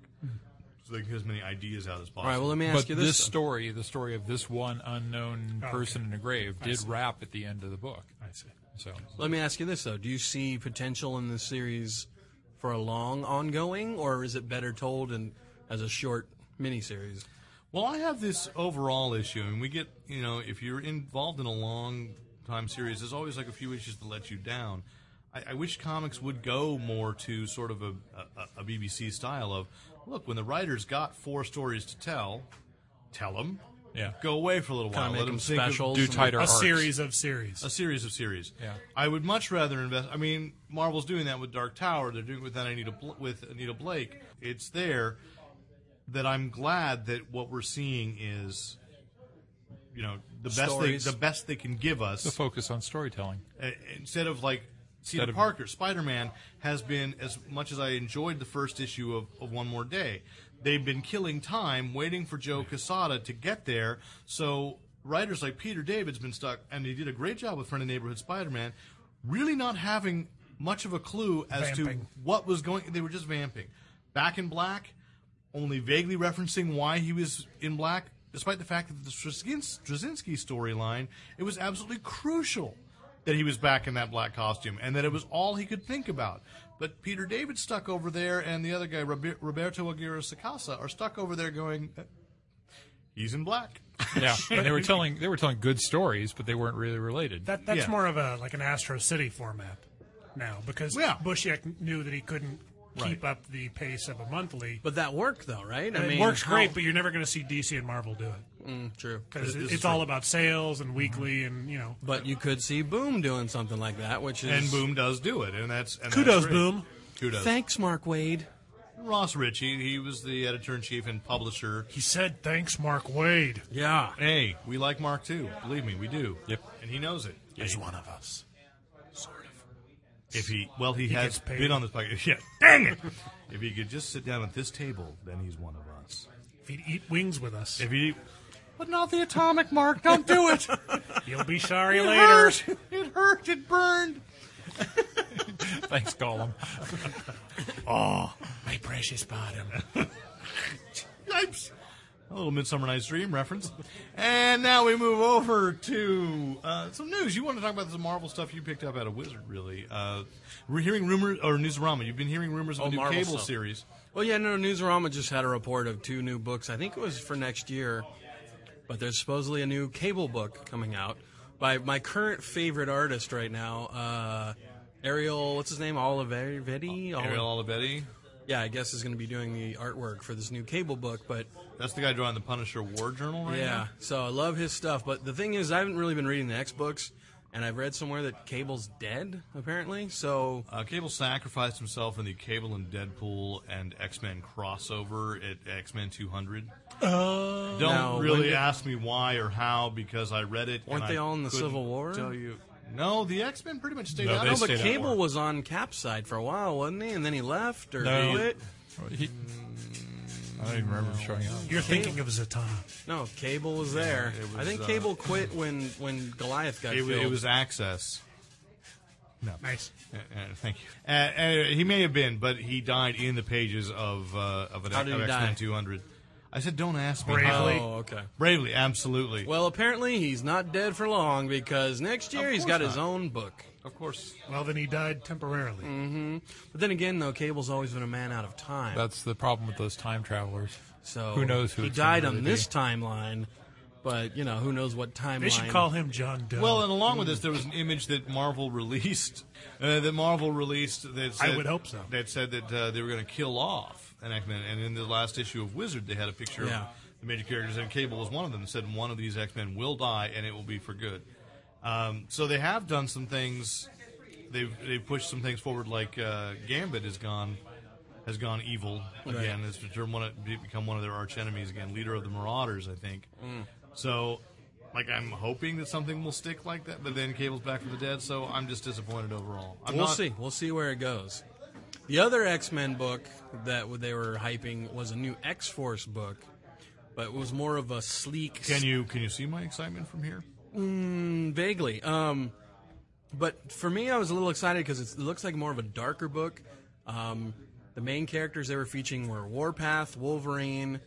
Speaker 3: so they can get as many ideas out as possible.
Speaker 2: Mm-hmm. all right. Well, let me ask
Speaker 4: But
Speaker 2: you
Speaker 4: this,
Speaker 2: this. though.
Speaker 4: story, the story of this one unknown
Speaker 5: Oh, okay.
Speaker 4: person in a grave, did
Speaker 5: see.
Speaker 4: wrap at the end of the book.
Speaker 5: I see.
Speaker 4: So
Speaker 2: Let me ask you this though: Do you see potential in this series for a long ongoing, or is it better told and as a short miniseries?
Speaker 3: Well, I have this overall issue, and we get, you know, if you're involved in a long time series, there's always like a few issues that let you down. I, I wish comics would go more to sort of a, a, a BBC style of look, when the writers got four stories to tell, tell them.
Speaker 4: Yeah.
Speaker 3: go away for a little while.
Speaker 2: Kinda make
Speaker 3: Let
Speaker 2: them
Speaker 3: them think of-
Speaker 2: specials.
Speaker 4: Do tighter
Speaker 5: a
Speaker 4: arcs.
Speaker 5: series of series.
Speaker 3: a series of series.
Speaker 4: Yeah.
Speaker 3: I would much rather invest. I mean, Marvel's doing that with Dark Tower. They're doing it with that Anita Bl- with Anita Blake. It's there that I'm glad that what we're seeing is, you know, the best they,
Speaker 2: Stories.
Speaker 3: the best they can give us
Speaker 4: The focus on storytelling.
Speaker 3: uh, instead of like Peter
Speaker 4: of-
Speaker 3: Parker, Spider Man has been as much as I enjoyed the first issue of, of One More Day. They've been killing time waiting for Joe Casada to get there. So writers like Peter David's been stuck, and he did a great job with Friend of Neighborhood Spider Man, really not having much of a clue as to
Speaker 5: Vamping.
Speaker 3: what was going. They were just vamping. Back in Black, only vaguely referencing why he was in black, despite the fact that the Strzyn- Straczynski storyline, it was absolutely crucial that he was back in that black costume and that it was all he could think about. But Peter David stuck over there, and the other guy, Robe- Roberto Aguirre Sacasa, are stuck over there going, "Uh, he's in black.
Speaker 4: Yeah, and they were telling they were telling good stories, but they weren't really related.
Speaker 5: That that's
Speaker 3: Yeah.
Speaker 5: more of a like an Astro City format now because
Speaker 3: Yeah.
Speaker 5: Bushiak knew that he couldn't keep
Speaker 3: Right.
Speaker 5: up the pace of a monthly.
Speaker 2: But that worked though, right?
Speaker 5: it works great, but you're never going to see DC and Marvel do it
Speaker 2: but Mm, true.
Speaker 5: because
Speaker 3: This is
Speaker 5: it's all about sales and weekly and you know.
Speaker 2: But you could see Boom doing something like that, which is
Speaker 3: And Boom does do it, and that's and
Speaker 5: Kudos,
Speaker 3: that's great.
Speaker 5: Boom.
Speaker 3: Kudos.
Speaker 2: Thanks, Mark Wade.
Speaker 3: Ross Ritchie, he was the editor in chief and publisher
Speaker 5: He said, "Thanks, Mark Wade."
Speaker 2: Yeah.
Speaker 3: Hey, we like Mark too. Believe me, we do.
Speaker 4: Yep.
Speaker 3: And he knows it.
Speaker 5: He's one of us.
Speaker 3: If he, well, he, has
Speaker 5: gets paid.
Speaker 3: been on this podcast. Yeah, dang it! if he could just sit down at this table, then he's one of us.
Speaker 5: If he'd eat wings with us,
Speaker 3: If he,
Speaker 2: But not the atomic mark. Don't do it.
Speaker 5: you'll be sorry
Speaker 3: it
Speaker 5: later.
Speaker 3: hurt, it hurt, it burned.
Speaker 4: Thanks, Gollum.
Speaker 3: Ah.
Speaker 5: My precious bottom.
Speaker 3: Yipes! A little Midsummer Night's Dream reference. And now we move over to uh, some news. You want to talk about some Marvel stuff you picked up out of Wizard, really? Uh, we're hearing rumors or Newsarama. You've been hearing rumors of
Speaker 2: Oh,
Speaker 3: a new
Speaker 2: Marvel
Speaker 3: cable
Speaker 2: stuff.
Speaker 3: series.
Speaker 2: well, yeah, no. Newsarama just had a report of two new books. I think it was for next year, but there's supposedly a new cable book coming out by my current favorite artist right now, uh, Ariel. What's his name? Olivetti. Oli-
Speaker 3: Ariel Olivetti.
Speaker 2: Yeah, I guess is going to be doing the artwork for this new cable book, but
Speaker 3: That's the guy drawing the Punisher War Journal right now.
Speaker 2: Yeah, so I love his stuff. But the thing is, I haven't really been reading the X books, and I've read somewhere that Cable's dead, apparently. So
Speaker 3: Uh, Cable sacrificed himself in the Cable and Deadpool and X Men crossover at X Men 200.
Speaker 4: Oh.
Speaker 3: Don't
Speaker 2: Now, when
Speaker 3: really
Speaker 2: did-
Speaker 3: ask me why or how because I read it.
Speaker 2: weren't
Speaker 3: and
Speaker 2: they
Speaker 3: I
Speaker 2: all in the
Speaker 3: couldn't
Speaker 2: Civil War?
Speaker 3: Tell you, no, the X Men pretty much stayed
Speaker 4: No,
Speaker 3: out.
Speaker 4: they
Speaker 3: of
Speaker 2: no,
Speaker 3: it.
Speaker 2: but
Speaker 4: stayed at
Speaker 2: Cable
Speaker 4: war.
Speaker 2: was on Cap's side for a while, wasn't he? And then he left or
Speaker 4: No.
Speaker 2: quit?
Speaker 4: He- I don't even remember him showing up.
Speaker 5: You're thinking of Zatanna.
Speaker 2: No, Cable was there.
Speaker 3: it
Speaker 2: I
Speaker 3: was,
Speaker 2: think
Speaker 3: uh,
Speaker 2: Cable quit when when Goliath got
Speaker 3: It, wa-
Speaker 2: killed.
Speaker 3: it was Access.
Speaker 5: Nice.
Speaker 3: Uh, uh, thank you. Uh, uh, he may have been, but he died in the pages of uh, of, an,
Speaker 2: How did
Speaker 3: of
Speaker 2: he
Speaker 3: X
Speaker 2: die?
Speaker 3: Men 200. I said, don't ask me.
Speaker 5: Bravely.
Speaker 3: how.
Speaker 5: Really?
Speaker 2: Oh, okay.
Speaker 3: Bravely, absolutely.
Speaker 2: Well, apparently he's not dead for long because next year
Speaker 3: Of
Speaker 2: he's
Speaker 3: course
Speaker 2: got his
Speaker 3: not.
Speaker 2: own book.
Speaker 3: of course.
Speaker 5: Well, then he died temporarily.
Speaker 2: But then again, though, Cable's always been a man out of time.
Speaker 4: That's the problem with those time travelers.
Speaker 2: So
Speaker 4: Who knows who
Speaker 2: he
Speaker 4: it's
Speaker 2: died
Speaker 4: gonna
Speaker 2: on
Speaker 4: really
Speaker 2: this timeline, but you know who knows what timeline.
Speaker 5: They should call him John Doe.
Speaker 3: Well, and along with this, there was an image that Marvel released. Uh, that Marvel released that said,
Speaker 5: I would hope so.
Speaker 3: That said that uh, they were going to kill off an X-Men, and in the last issue of Wizard, they had a picture
Speaker 2: Yeah.
Speaker 3: of the major characters, and Cable was one of them. That said, one of these X-Men will die, and it will be for good. Um, so they have done some things. They've they've pushed some things forward, like uh, Gambit is gone. Has gone evil again. Has become one of, become one of their arch enemies again. Leader of the Marauders, I think. So, like, I'm hoping that something will stick like that, but then Cable's back from the dead, so I'm just disappointed overall. I'm
Speaker 2: We'll
Speaker 3: not-
Speaker 2: see. We'll see where it goes. The other X Men book that they were hyping was a new X Force book, but it was more of a sleek.
Speaker 3: Can you can you see my excitement from here?
Speaker 2: Vaguely. Um, but for me, I was a little excited because it looks like more of a darker book. Um, the main characters they were featuring were Warpath, Wolverine,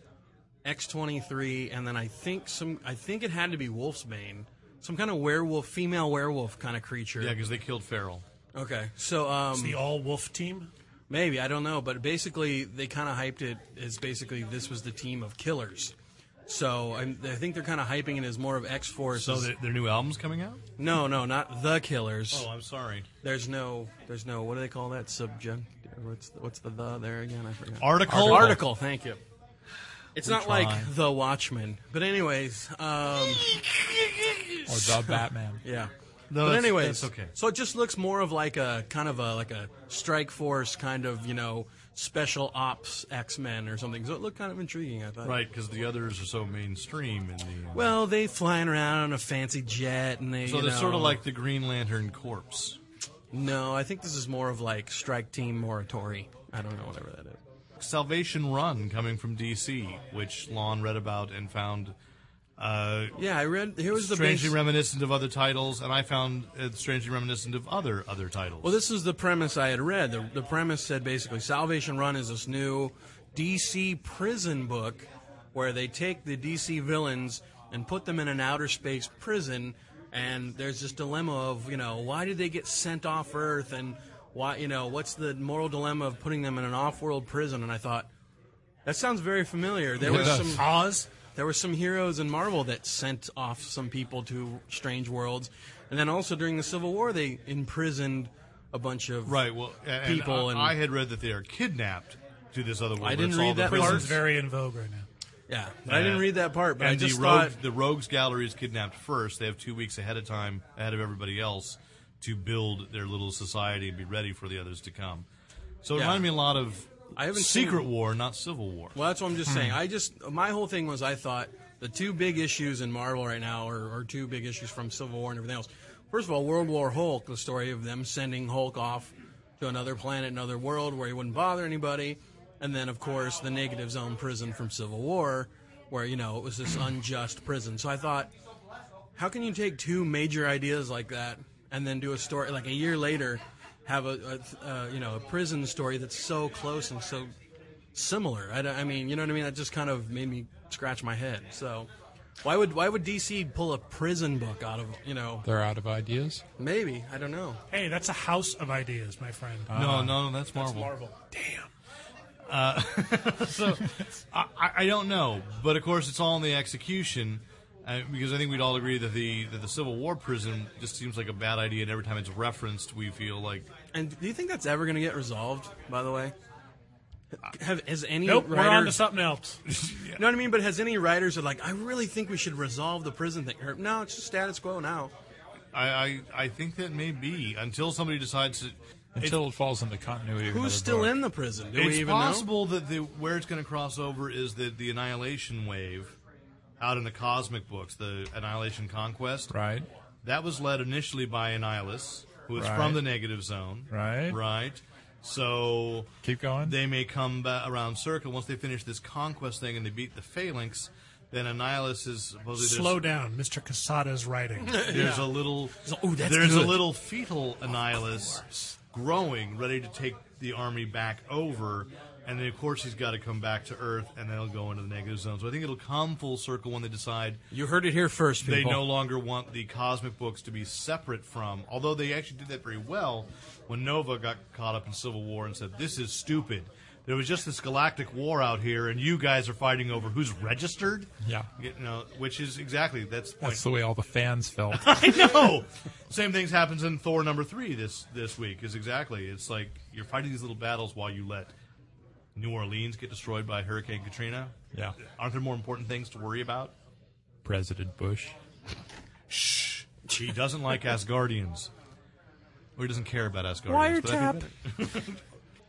Speaker 2: X twenty three, and then I think some. I think it had to be Wolfsbane, some kind of werewolf, female werewolf kind of creature.
Speaker 3: Yeah, because they killed Farrell.
Speaker 2: Okay, so um,
Speaker 5: the All Wolf team.
Speaker 2: Maybe I don't know, but basically they kind of hyped it as basically this was the team of killers. So i I think they're kind of hyping it as more of X Force.
Speaker 3: So their, their new album's coming out.
Speaker 2: no, no, not the killers.
Speaker 3: Oh, I'm sorry.
Speaker 2: There's no, there's no. What do they call that? Subjunct? What's what's the the there again? I forgot.
Speaker 3: Article.
Speaker 2: Article. Thank you. It's
Speaker 4: We
Speaker 2: not
Speaker 4: try.
Speaker 2: like The Watchmen, but anyways, um,
Speaker 4: or the Batman.
Speaker 2: yeah.
Speaker 3: No,
Speaker 2: but
Speaker 3: that's-
Speaker 2: anyways,
Speaker 3: that's okay.
Speaker 2: So it just looks more of like a kind of a like a Strike Force kind of you know special ops X Men or something. So it looked kind of intriguing. I thought.
Speaker 3: Right, because the others are so mainstream. In the, uh,
Speaker 2: Well, they flying around on a fancy jet, and they
Speaker 3: so
Speaker 2: you
Speaker 3: they're
Speaker 2: know-
Speaker 3: sort of like the Green Lantern Corpse.
Speaker 2: No, I think this is more of like Strike Team Moratori. I don't know whatever that is.
Speaker 3: Salvation Run coming from DC, which Lon read about and found uh,
Speaker 2: Yeah, I read. Here was the base.
Speaker 3: strangely reminiscent of other titles, and I found it strangely reminiscent of other other titles.
Speaker 2: Well, this is the premise I had read. The, the premise said basically Salvation Run is this new DC prison book where they take the DC villains and put them in an outer space prison, and there's this dilemma of, you know, why did they get sent off Earth, and why, you know, what's the moral dilemma of putting them in an off world prison? And I thought, that sounds very familiar. There was
Speaker 3: uh,
Speaker 4: does.
Speaker 2: some.
Speaker 5: Oz.
Speaker 2: There were some heroes in Marvel that sent off some people to strange worlds, and then also during the Civil War they imprisoned a bunch of
Speaker 3: right. Well, a- and
Speaker 2: People
Speaker 3: I,
Speaker 2: and-
Speaker 3: I had read that they are kidnapped to this other world. where
Speaker 2: didn't
Speaker 3: it's
Speaker 2: read
Speaker 3: all the
Speaker 2: that
Speaker 3: prisons.
Speaker 5: It's very in vogue right now.
Speaker 2: Yeah, but I didn't read that part, but
Speaker 3: and
Speaker 2: I just
Speaker 3: the, rogue,
Speaker 2: thought
Speaker 3: the Rogues Gallery is kidnapped first. They have two weeks ahead of time, ahead of everybody else, to build their little society and be ready for the others to come. So it
Speaker 2: Yeah.
Speaker 3: reminded me a lot of
Speaker 2: I haven't
Speaker 3: Secret
Speaker 2: seen-
Speaker 3: War, not Civil War.
Speaker 2: Well, that's what I'm just saying. I just my whole thing was I thought the two big issues in Marvel right now are, are two big issues from Civil War and everything else. First of all, World War Hulk, the story of them sending Hulk off to another planet, another world where he wouldn't bother anybody, and then of course the Negative Zone prison from Civil War, where you know it was this unjust prison. So I thought, how can you take two major ideas like that and then do a story like a year later, have a, a uh, you know a prison story that's so close and so similar. I, don't- I mean, you know what I mean? That just kind of made me scratch my head. So, why would why would DC pull a prison book out of you know?
Speaker 4: They're out of ideas.
Speaker 2: Maybe I don't know.
Speaker 5: Hey, that's a house of ideas, my friend.
Speaker 2: Uh-huh.
Speaker 3: no, no, no, that's Marvel.
Speaker 5: Marvel. Damn.
Speaker 3: I, I- I don't know, but of course it's all in the execution, uh, because I think we'd all agree that the that the Civil War prison just seems like a bad idea, and every time it's referenced, we feel like
Speaker 2: And do you think that's ever going to get resolved? By the way, have has any
Speaker 5: Nope,
Speaker 2: writer?
Speaker 5: we're on to something else.
Speaker 2: You know what I mean? But has any writers are like, I really think we should resolve the prison thing? Or, no, it's just status quo now.
Speaker 3: I I, I think that may be until somebody decides to.
Speaker 4: Until it, falls into continuity. of another
Speaker 2: Who's still
Speaker 4: book.
Speaker 2: in the prison? Do we
Speaker 3: it's
Speaker 2: even know?
Speaker 3: possible that the where it's going to cross over is the the annihilation wave, out in the cosmic books, the annihilation conquest.
Speaker 4: Right.
Speaker 3: That was led initially by Annihilus, who is
Speaker 4: Right.
Speaker 3: from the negative zone.
Speaker 4: Right.
Speaker 3: Right. So
Speaker 4: Keep going.
Speaker 3: they may come ba around circle once they finish this conquest thing and they beat the phalanx. Then Annihilus is supposedly
Speaker 5: Slow
Speaker 3: there's,
Speaker 5: down, Mr. Casada's writing.
Speaker 3: there's a little
Speaker 2: "Ooh, that's
Speaker 3: there's a
Speaker 2: good."
Speaker 3: little fetal Annihilus growing, ready to take the army back over. And then of course he's got to come back to Earth, and then he'll go into the negative zone. So I think it'll come full circle when they decide
Speaker 2: You heard it here first, people.
Speaker 3: they no longer want the cosmic books to be separate from. Although they actually did that very well when Nova got caught up in Civil War and said, "This is stupid." There was just this galactic war out here, and you guys are fighting over who's registered.
Speaker 4: Yeah.
Speaker 3: you know, which is exactly that's the point.
Speaker 4: That's the way all the fans felt.
Speaker 3: I know. Oh, Same things happens in Thor number three this this week. Is exactly. It's like you're fighting these little battles while you let New Orleans get destroyed by Hurricane Katrina.
Speaker 4: yeah.
Speaker 3: Aren't there more important things to worry about?
Speaker 4: President Bush.
Speaker 3: He doesn't like Asgardians. Or he doesn't care about Asgardians. but I think-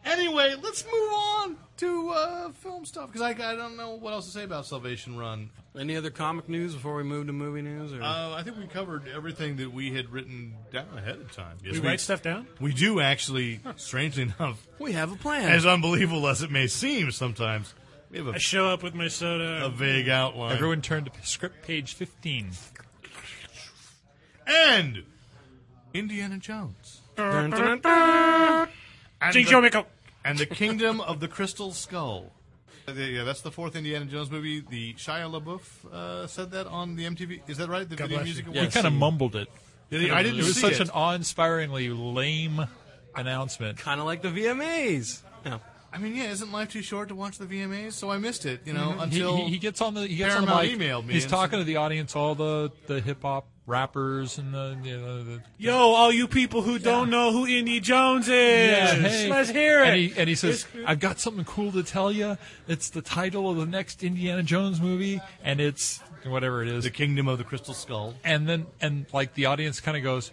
Speaker 3: Anyway, let's move on to uh, film stuff because I, I don't know what else to say about Salvation Run.
Speaker 2: Any other comic news before we move to movie news? Or?
Speaker 3: Uh, I think we covered everything that we had written down ahead of time. Yes,
Speaker 5: We write stuff down?
Speaker 3: we do actually, strangely enough,
Speaker 2: we have a plan.
Speaker 3: as unbelievable as it may seem sometimes, we have
Speaker 5: I
Speaker 3: a,
Speaker 5: show up with my
Speaker 3: a
Speaker 5: soda.
Speaker 3: vague outline.
Speaker 4: Everyone turned to script page 15.
Speaker 3: and Indiana Jones.
Speaker 2: Dun, dun, dun.
Speaker 3: And
Speaker 5: Jing
Speaker 3: the-
Speaker 5: Joe Miko.
Speaker 3: and the Kingdom of the Crystal Skull. Uh, Yeah, that's the fourth Indiana Jones movie. The Shia LaBeouf uh, said that on the MTV. Is that right? The Video
Speaker 5: bless
Speaker 3: Music
Speaker 5: you.
Speaker 3: Awards.
Speaker 4: He kind of mumbled it.
Speaker 3: Yeah, I didn't
Speaker 4: It was
Speaker 3: see
Speaker 4: such
Speaker 3: it.
Speaker 4: an awe-inspiringly lame announcement.
Speaker 2: kind of like the VMAs. Yeah.
Speaker 3: I mean, yeah, isn't life too short to watch the VMAs? So I missed it. You know,
Speaker 4: Mm-hmm. He,
Speaker 3: until
Speaker 4: he, he gets on the he gets on the
Speaker 3: Paramount
Speaker 4: mic.
Speaker 3: emailed me
Speaker 4: he's
Speaker 3: and
Speaker 4: talking to the audience all the the hip hop rappers and the, you know, the
Speaker 5: Yo, all you people who don't know who Indy Jones is, let's hear it.
Speaker 4: And he, and he says, "I've got something cool to tell you. It's the title of the next Indiana Jones movie, and it's whatever it is."
Speaker 3: The Kingdom of the Crystal Skull.
Speaker 4: and then, and like the audience kind of goes,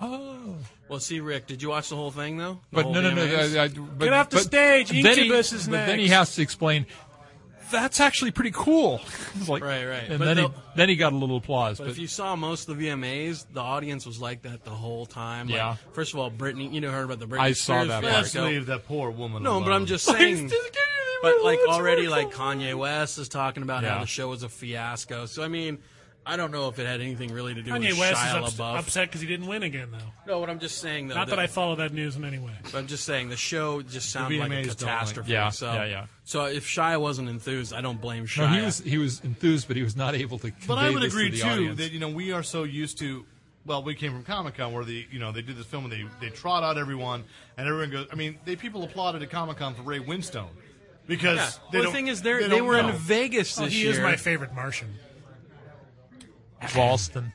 Speaker 4: "Oh."
Speaker 2: Well, see, Rick, did you watch the whole thing though? The
Speaker 4: "But
Speaker 2: whole
Speaker 4: no, no, no,
Speaker 2: VMAs?
Speaker 4: I- I- but,
Speaker 5: Get off the
Speaker 4: but-
Speaker 5: stage,
Speaker 4: but then he-
Speaker 5: Incubus is
Speaker 4: But then he
Speaker 5: next.
Speaker 4: has to explain. That's actually pretty cool. It's like-
Speaker 2: Right, right.
Speaker 4: And
Speaker 2: But
Speaker 4: then he,
Speaker 2: the-
Speaker 4: then he got a little applause.
Speaker 2: But,
Speaker 4: But,
Speaker 2: if you saw most of the VMAs, the audience was like that the whole time. Like,
Speaker 4: Yeah.
Speaker 2: First of all, Britney, you know, heard about the Britney
Speaker 4: I saw
Speaker 2: Spears
Speaker 4: that
Speaker 2: fiasco.
Speaker 3: Let's
Speaker 4: part.
Speaker 3: leave that poor woman
Speaker 2: No,
Speaker 3: alone.
Speaker 2: but I'm just saying. But like already, like Kanye West is talking about how
Speaker 4: Yeah.
Speaker 2: the show was a fiasco. So I mean, I don't know if it had anything really to do
Speaker 5: Kanye
Speaker 2: with
Speaker 5: West is
Speaker 2: Shia
Speaker 5: ups-
Speaker 2: LaBeouf.
Speaker 5: upset because he didn't win again, though.
Speaker 2: No, what I'm just saying though.
Speaker 5: Not that I follow that news in any way.
Speaker 2: I'm just saying the show just sounded like a
Speaker 3: VMAs don't like-
Speaker 2: catastrophe.
Speaker 4: Yeah,
Speaker 2: so,
Speaker 4: yeah, yeah.
Speaker 2: So if Shia wasn't enthused, I don't blame Shia.
Speaker 4: no, he was he was enthused, but he was not able to.
Speaker 3: But I
Speaker 4: convey
Speaker 3: would
Speaker 4: this to
Speaker 3: agree
Speaker 4: the
Speaker 3: too
Speaker 4: audience.
Speaker 3: that you know we are so used to. Well, we came from Comic Con where the you know they did this film and they they trot out everyone and everyone goes. I mean, they people applauded at Comic Con for Ray Winstone
Speaker 2: Yeah.
Speaker 3: because they
Speaker 2: Well, the
Speaker 3: don't-
Speaker 2: thing is, they're- they,
Speaker 3: don't
Speaker 2: were
Speaker 3: know.
Speaker 2: in Vegas
Speaker 5: Oh,
Speaker 2: this
Speaker 5: he
Speaker 2: year.
Speaker 5: is my favorite Martian.
Speaker 4: Ralston.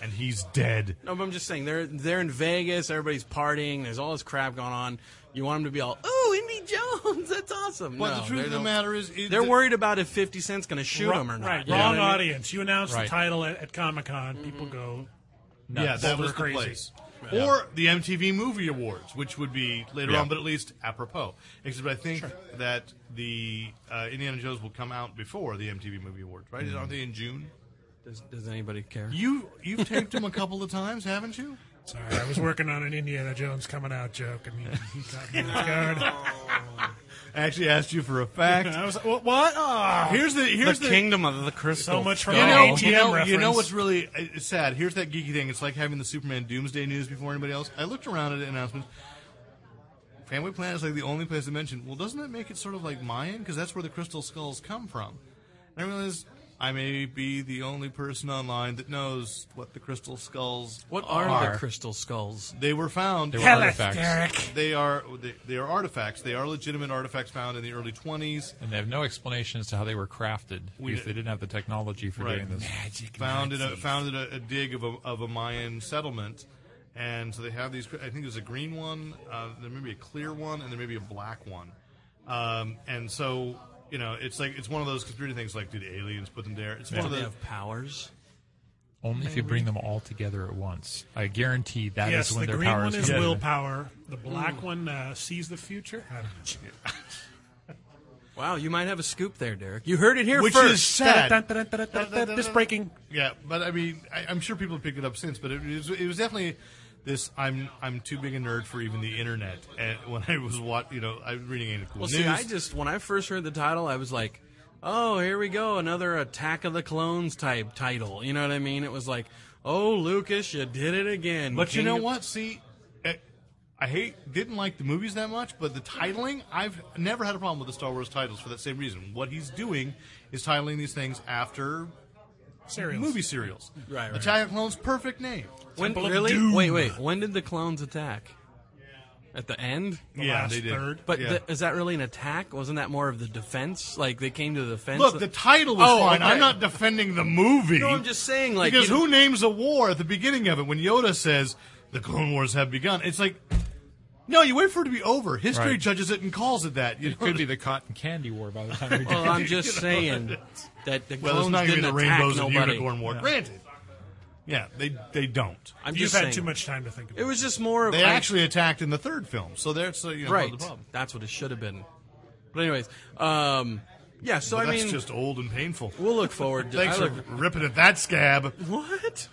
Speaker 3: and he's dead.
Speaker 2: No, but I'm just saying they're they're in Vegas. Everybody's partying. There's all this crap going on. You want them to be all, "Ooh, Indy Jones, that's awesome."
Speaker 3: But
Speaker 2: No,
Speaker 3: the truth
Speaker 2: they
Speaker 3: of the
Speaker 2: don't-
Speaker 3: matter is, it,
Speaker 2: they're
Speaker 3: the-
Speaker 2: worried about if 50 Cent's going to shoot
Speaker 5: Wrong-
Speaker 2: them or not.
Speaker 5: Right,
Speaker 2: You know
Speaker 5: wrong
Speaker 2: what I mean?
Speaker 5: audience. You announced
Speaker 4: Right.
Speaker 5: the title at, at Comic Con. People go.
Speaker 3: Yeah, that
Speaker 5: Boulder
Speaker 3: was the
Speaker 5: Crazy.
Speaker 3: place. Or the MTV Movie Awards, which would be later on, but at least apropos. Except I think that the uh, Indiana Jones will come out before the MTV Movie Awards, right? Aren't they in June?
Speaker 2: Does, does anybody care?
Speaker 3: You you've taped them a couple of times, haven't you?
Speaker 5: Sorry, I was working on an Indiana Jones coming out joke, and he, he got me off guard.
Speaker 3: I actually asked you for a fact.
Speaker 5: I was like, "What? what? Ah."
Speaker 3: Here's the here's the,
Speaker 2: kingdom of the crystal.
Speaker 5: so much for
Speaker 3: You
Speaker 5: my
Speaker 3: know,
Speaker 5: ATM
Speaker 3: you know,
Speaker 5: reference.
Speaker 3: you know what's really uh, sad? Here's that geeky thing. It's like having the Superman Doomsday news before anybody else. I looked around at the announcements. Family Planet is like the only place I mentioned. Well, doesn't that make it sort of like Mayan? Because that's where the crystal skulls come from. And I realized I may be the only person online that knows what the crystal skulls
Speaker 2: What are the
Speaker 4: Are.
Speaker 2: crystal skulls?
Speaker 3: They were found. They,
Speaker 5: Tell us,
Speaker 4: artifacts.
Speaker 5: Derek.
Speaker 3: are they, they are artifacts. They are legitimate artifacts found in the early 20s.
Speaker 4: and they have no explanation as to how they were crafted because they didn't have the technology for
Speaker 3: Right.
Speaker 4: doing this.
Speaker 3: founded
Speaker 5: uh,
Speaker 3: a, founded a, a dig of a, of a Mayan settlement, and so they have these. I think there's a green one, uh, there may be a clear one, and there may be a black one. Um, and so you know, it's like it's one of those conspiracy things. Like, did aliens put them there? It's one
Speaker 2: Do
Speaker 3: of
Speaker 2: they
Speaker 3: the.
Speaker 2: have powers?
Speaker 4: Only if you bring them all together at once. I guarantee that is
Speaker 5: Yes,
Speaker 4: when
Speaker 5: the
Speaker 4: their
Speaker 5: green
Speaker 4: powers.
Speaker 5: one is
Speaker 4: come in.
Speaker 5: willpower. The black one uh, sees the future. I don't know.
Speaker 2: Wow, you might have a scoop there, Derek. You heard it here
Speaker 3: Which
Speaker 2: first.
Speaker 3: is sad.
Speaker 5: This breaking.
Speaker 3: Yeah, but I mean, I, I'm sure people have picked it up since. But it, was, it was definitely this. I'm I'm too big a nerd for even the internet. And when I was what you know, I was reading any cool
Speaker 2: Well,
Speaker 3: news.
Speaker 2: see, I just when I first heard the title, I was like, "Oh, here we go, another Attack of the Clones type title." You know what I mean? It was like, "Oh, Lucas, you did it again."
Speaker 3: But you
Speaker 2: King
Speaker 3: know
Speaker 2: of-
Speaker 3: what? See, I- I hate didn't like the movies that much, but the titling I've never had a problem with the Star Wars titles for that same reason. What he's doing is titling these things after
Speaker 5: Serials.
Speaker 3: movie serials.
Speaker 2: Right, right.
Speaker 3: Attack of Clones, perfect name.
Speaker 2: When
Speaker 5: Temple of
Speaker 2: really?
Speaker 5: Doom.
Speaker 2: Wait, wait. When did the clones attack? At the end.
Speaker 5: The last third.
Speaker 2: But
Speaker 3: Yeah.
Speaker 4: uh,
Speaker 2: the, is that really an attack? Wasn't that more of the defense? Like they came to the defense.
Speaker 3: Look, the title was
Speaker 2: Oh,
Speaker 3: fine.
Speaker 2: okay.
Speaker 3: I'm not defending the movie.
Speaker 2: no, I'm just saying, like
Speaker 3: because
Speaker 2: you-
Speaker 3: who names a war at the beginning of it when Yoda says the Clone Wars have begun? It's like, no, you wait for it to be over. History
Speaker 4: Right.
Speaker 3: judges it and calls it that. You
Speaker 4: It
Speaker 3: know?
Speaker 4: could be the cotton candy war by the time you're
Speaker 2: Well,
Speaker 4: done.
Speaker 2: I'm just saying that the
Speaker 3: Well, it's
Speaker 2: clones
Speaker 3: not going to
Speaker 2: didn't
Speaker 3: be the
Speaker 2: attack
Speaker 3: rainbows
Speaker 2: nobody.
Speaker 3: and unicorn war. Granted, yeah, they they don't.
Speaker 2: I'm
Speaker 5: You've
Speaker 2: just
Speaker 5: had
Speaker 2: saying.
Speaker 5: too much time to think about
Speaker 2: It was just more of
Speaker 3: They
Speaker 2: I-
Speaker 3: actually attacked in the third film, so that's uh, you know, part
Speaker 2: Right.
Speaker 3: of the problem.
Speaker 2: That's what it should have been. But anyways, um, yeah. So I
Speaker 3: that's
Speaker 2: mean,
Speaker 3: just old and painful.
Speaker 2: we'll look forward. to
Speaker 3: Thanks
Speaker 2: I
Speaker 3: for
Speaker 2: look-
Speaker 3: ripping at that scab.
Speaker 2: what?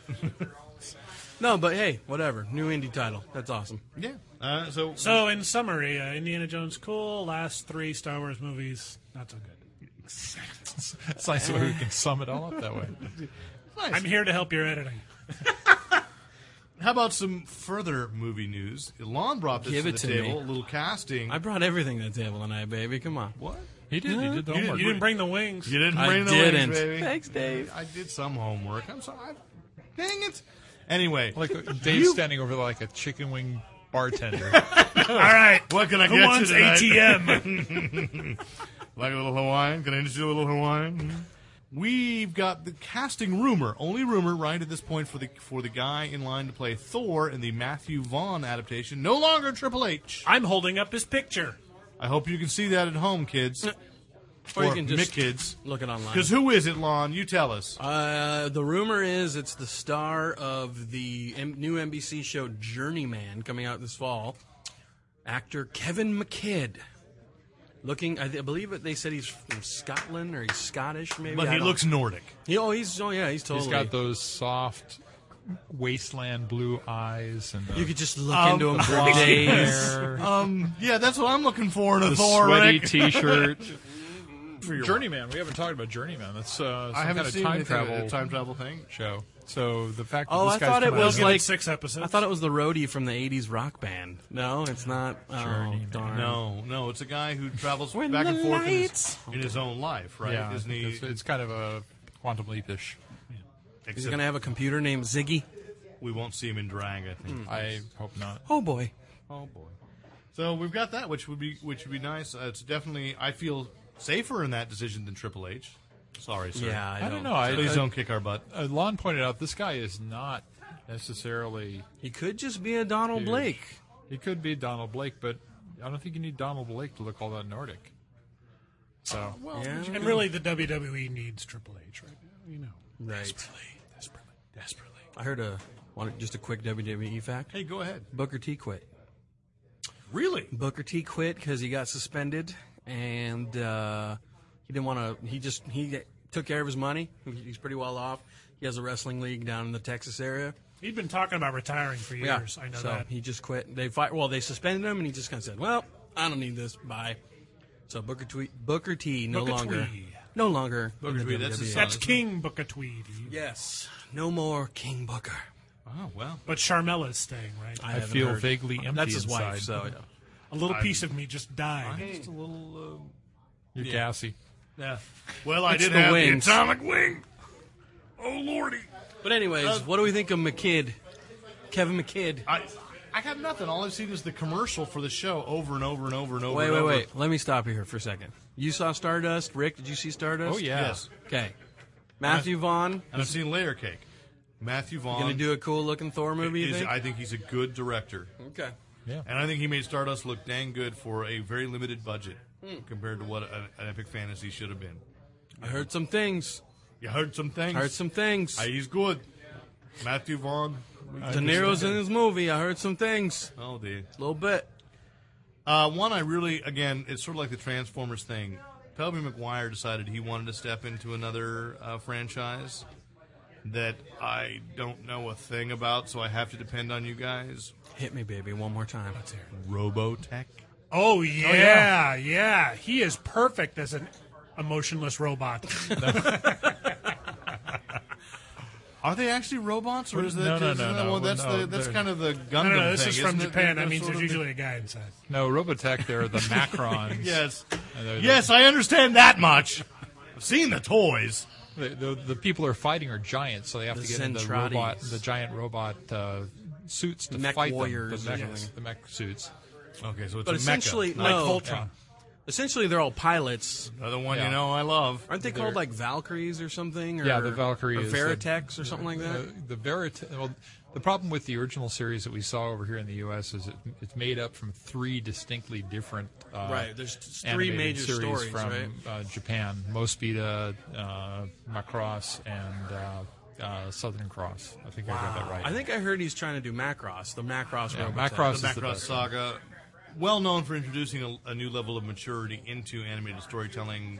Speaker 2: no, but hey, whatever. New indie title. That's awesome.
Speaker 3: Yeah. Uh, so,
Speaker 5: So, in summary, uh, Indiana Jones cool. Last three Star Wars movies, not so good.
Speaker 4: it's nice that we can sum it all up that way.
Speaker 3: nice.
Speaker 5: I'm here to help your editing.
Speaker 3: how about some further movie news? Lon brought this
Speaker 2: Give
Speaker 3: to
Speaker 2: it
Speaker 3: the
Speaker 2: to me.
Speaker 3: table. A little casting.
Speaker 2: I brought everything to the table tonight, baby. Come on.
Speaker 3: what?
Speaker 4: He did. He did the
Speaker 5: You
Speaker 4: homework.
Speaker 5: didn't bring the wings.
Speaker 3: You didn't
Speaker 2: I
Speaker 3: bring the
Speaker 2: didn't.
Speaker 3: wings, baby.
Speaker 2: Thanks, Dave.
Speaker 3: I did some homework. I'm sorry. I- Dang it. Anyway,
Speaker 4: like Dave standing over like a chicken wing bartender.
Speaker 5: All right.
Speaker 3: what can I
Speaker 5: Who
Speaker 3: get
Speaker 5: wants
Speaker 3: you tonight?
Speaker 5: ATM?
Speaker 3: Like a little Hawaiian? Can I just do a little Hawaiian?
Speaker 4: Hmm?
Speaker 3: We've got the casting rumor, only rumor right at this point for the for the guy in line to play Thor in the Matthew Vaughn adaptation. No longer Triple H.
Speaker 5: I'm holding up his picture.
Speaker 3: I hope you can see that at home, kids.
Speaker 2: Or, you can just
Speaker 3: Mick kids.
Speaker 2: look it online.
Speaker 3: Because who is it, Lon? You tell us.
Speaker 2: Uh, the rumor is it's the star of the M- new NBC show Journeyman coming out this fall. Actor Kevin McKidd. Looking, I, th- I believe it, they said he's from Scotland or he's Scottish, maybe.
Speaker 3: But
Speaker 2: I
Speaker 3: he
Speaker 2: don't-
Speaker 3: looks Nordic.
Speaker 2: He, oh, he's. Oh, yeah, he's totally.
Speaker 4: He's got those soft wasteland blue eyes and the,
Speaker 2: you could just look
Speaker 3: Um,
Speaker 2: into him for
Speaker 4: blonde
Speaker 2: days.
Speaker 4: hair,
Speaker 3: Um, yeah, that's what I'm looking for in a
Speaker 4: the
Speaker 3: Thor.
Speaker 4: sweaty
Speaker 3: Rick.
Speaker 4: T-shirt.
Speaker 3: For your-
Speaker 4: Journeyman. We haven't talked about Journeyman. That's uh, some
Speaker 3: I haven't
Speaker 4: kind of
Speaker 3: seen
Speaker 4: time
Speaker 3: anything with
Speaker 4: travel
Speaker 3: the time travel thing.
Speaker 4: show. So the fact that
Speaker 2: Oh,
Speaker 4: this
Speaker 2: I
Speaker 4: guy's
Speaker 2: thought it
Speaker 4: come out
Speaker 2: was
Speaker 4: of-
Speaker 5: Give it
Speaker 2: like-
Speaker 5: six episodes.
Speaker 2: I thought it was the roadie from the 80s rock band. No, it's not. Oh,
Speaker 4: Journeyman.
Speaker 2: darn.
Speaker 3: No, no, it's a guy who travels
Speaker 2: When
Speaker 3: back and
Speaker 2: the
Speaker 3: forth in his,
Speaker 2: lights-
Speaker 3: in his own life, right?
Speaker 4: yeah,
Speaker 3: Isn't he?
Speaker 4: it's, it's kind of a quantum leapish.
Speaker 2: Is
Speaker 3: except
Speaker 2: he going to have a computer named Ziggy?
Speaker 3: we won't see him in drag, I
Speaker 2: Hmm.
Speaker 3: think.
Speaker 4: I hope not.
Speaker 2: Oh, boy.
Speaker 3: Oh boy. So we've got that, which would be which would be nice. Uh, it's definitely I feel safer in that decision than Triple H. Sorry, sir.
Speaker 2: Yeah, I
Speaker 4: I
Speaker 2: don't,
Speaker 4: don't know. I,
Speaker 3: Please
Speaker 4: I,
Speaker 3: don't kick our butt.
Speaker 4: uh, Lon pointed out this guy is not necessarily.
Speaker 2: He could just be a Donald
Speaker 4: Huge.
Speaker 2: Blake.
Speaker 4: He could be Donald Blake, but I don't think you need Donald Blake to look all that Nordic. So
Speaker 2: Yeah.
Speaker 5: And really, the WWE needs Triple H right now. You know,
Speaker 2: Right.
Speaker 5: desperately, desperately.
Speaker 2: I heard a wanted- just a quick WWE fact.
Speaker 3: Hey, go ahead.
Speaker 2: Booker T quit.
Speaker 3: Really?
Speaker 2: Booker T quit because he got suspended and uh, he didn't want to. He just he took care of his money. He's pretty well off. He has a wrestling league down in the Texas area.
Speaker 5: He'd been talking about retiring for years. I know
Speaker 2: so
Speaker 5: that.
Speaker 2: he just quit. They fight. Well, they suspended him and he just kind of said, "Well, I don't need this. Bye." So Booker T. Booker T. No
Speaker 5: Booker
Speaker 2: longer.
Speaker 5: Twee.
Speaker 2: No longer.
Speaker 3: Booker
Speaker 2: in the
Speaker 3: Twee, that's his
Speaker 2: WWE.
Speaker 3: son.
Speaker 5: That's King Booker Tweed.
Speaker 2: Yes. No more King Booker.
Speaker 3: Oh well.
Speaker 5: But Charmella is staying, right?
Speaker 4: I
Speaker 2: haven't
Speaker 4: feel
Speaker 2: heard.
Speaker 4: vaguely empty
Speaker 2: That's his
Speaker 4: inside.
Speaker 2: wife. So. yeah.
Speaker 5: A little piece of me just
Speaker 3: I'm
Speaker 5: died.
Speaker 3: just a
Speaker 2: uh,
Speaker 3: little.
Speaker 4: you're gassy.
Speaker 3: Uh, yeah. Well, I
Speaker 2: It's
Speaker 3: did
Speaker 2: the
Speaker 3: have
Speaker 2: wings.
Speaker 3: the atomic wing. Oh lordy.
Speaker 2: But anyways, what do we think of McKidd? Kevin McKidd.
Speaker 3: Um, I I got nothing. All I've seen is the commercial for the show over and over and over and over.
Speaker 2: Wait,
Speaker 3: and
Speaker 2: wait,
Speaker 3: over.
Speaker 2: wait. Let me stop you here for a second. You saw Stardust, Rick? Did you see Stardust?
Speaker 4: Oh yeah.
Speaker 3: Yes.
Speaker 2: Okay. Matthew Vaughn
Speaker 3: And I've seen Layer Cake. Matthew Vaughn.
Speaker 2: gonna do a cool looking Thor movie. You
Speaker 3: is-
Speaker 2: think?
Speaker 3: I think he's a good director.
Speaker 2: okay.
Speaker 3: And I think he made Stardust look dang good for a very limited budget
Speaker 2: Hmm.
Speaker 3: compared to what a, an epic fantasy should have been.
Speaker 2: I heard some things.
Speaker 3: You heard some things.
Speaker 2: I heard some things.
Speaker 3: Uh, he's good. Matthew Vaughn.
Speaker 2: De Niro's in his movie. I heard some things.
Speaker 3: Oh, dear.
Speaker 2: A little bit.
Speaker 3: Uh, one I really, again, it's sort of like the Transformers thing. Toby McGuire decided he wanted to step into another uh, franchise that I don't know a thing about, so I have to depend on you guys.
Speaker 2: Hit me, baby, one more time. Let's hear
Speaker 3: Robotech.
Speaker 5: Oh yeah, yeah, He is perfect as an emotionless robot.
Speaker 3: Are they actually robots, or is that
Speaker 4: No, no,
Speaker 3: just- uh,
Speaker 4: no, no.
Speaker 3: well, that's
Speaker 4: No,
Speaker 3: the, that's
Speaker 4: they're-
Speaker 3: kind of the Gundam
Speaker 5: no, no, this
Speaker 3: thing,
Speaker 5: is from
Speaker 3: isn't it?
Speaker 5: Japan.
Speaker 3: They're
Speaker 5: That means
Speaker 3: sort
Speaker 5: there's
Speaker 3: of the-
Speaker 5: usually a guy inside.
Speaker 4: No, Robotech. They're the Macrons.
Speaker 3: Yes.
Speaker 4: And they're the-
Speaker 3: Yes, I understand that much. I've seen the toys.
Speaker 4: The, the, the people who are fighting are giants, so they have
Speaker 2: The
Speaker 4: to get in the
Speaker 2: Zentrades.
Speaker 4: robot, the giant robot uh, suits to
Speaker 2: Mech
Speaker 4: fight
Speaker 2: warriors
Speaker 4: them.
Speaker 2: or
Speaker 4: The mech,
Speaker 2: something.
Speaker 4: the mech suits.
Speaker 3: Okay, so it's
Speaker 2: But
Speaker 3: a mecha,
Speaker 2: essentially,
Speaker 3: not
Speaker 2: no.
Speaker 3: Voltron.
Speaker 4: Yeah.
Speaker 2: Essentially, they're all pilots.
Speaker 3: Another one
Speaker 4: Yeah.
Speaker 3: you know I love.
Speaker 2: Aren't they
Speaker 4: They're-
Speaker 2: called like Valkyries or something? Or,
Speaker 4: yeah, the Valkyrie
Speaker 2: or
Speaker 4: is
Speaker 2: Veritex or something like that.
Speaker 4: The, the Verit- Well, the problem with the original series that we saw over here in the U.S. is it, it's made up from three distinctly different. Uh,
Speaker 2: Right, there's t- three
Speaker 4: animated
Speaker 2: major
Speaker 4: series
Speaker 2: stories,
Speaker 4: from
Speaker 2: right?
Speaker 4: uh, Japan: Mospita, uh, Macross, and uh, uh, Southern Cross. I think I got that right.
Speaker 2: I think I heard he's trying to do Macross, the Macross
Speaker 4: yeah,
Speaker 2: Robotech.
Speaker 4: Macross is
Speaker 3: the Macross
Speaker 4: the best. one.
Speaker 3: Saga, well known for introducing a, a new level of maturity into animated storytelling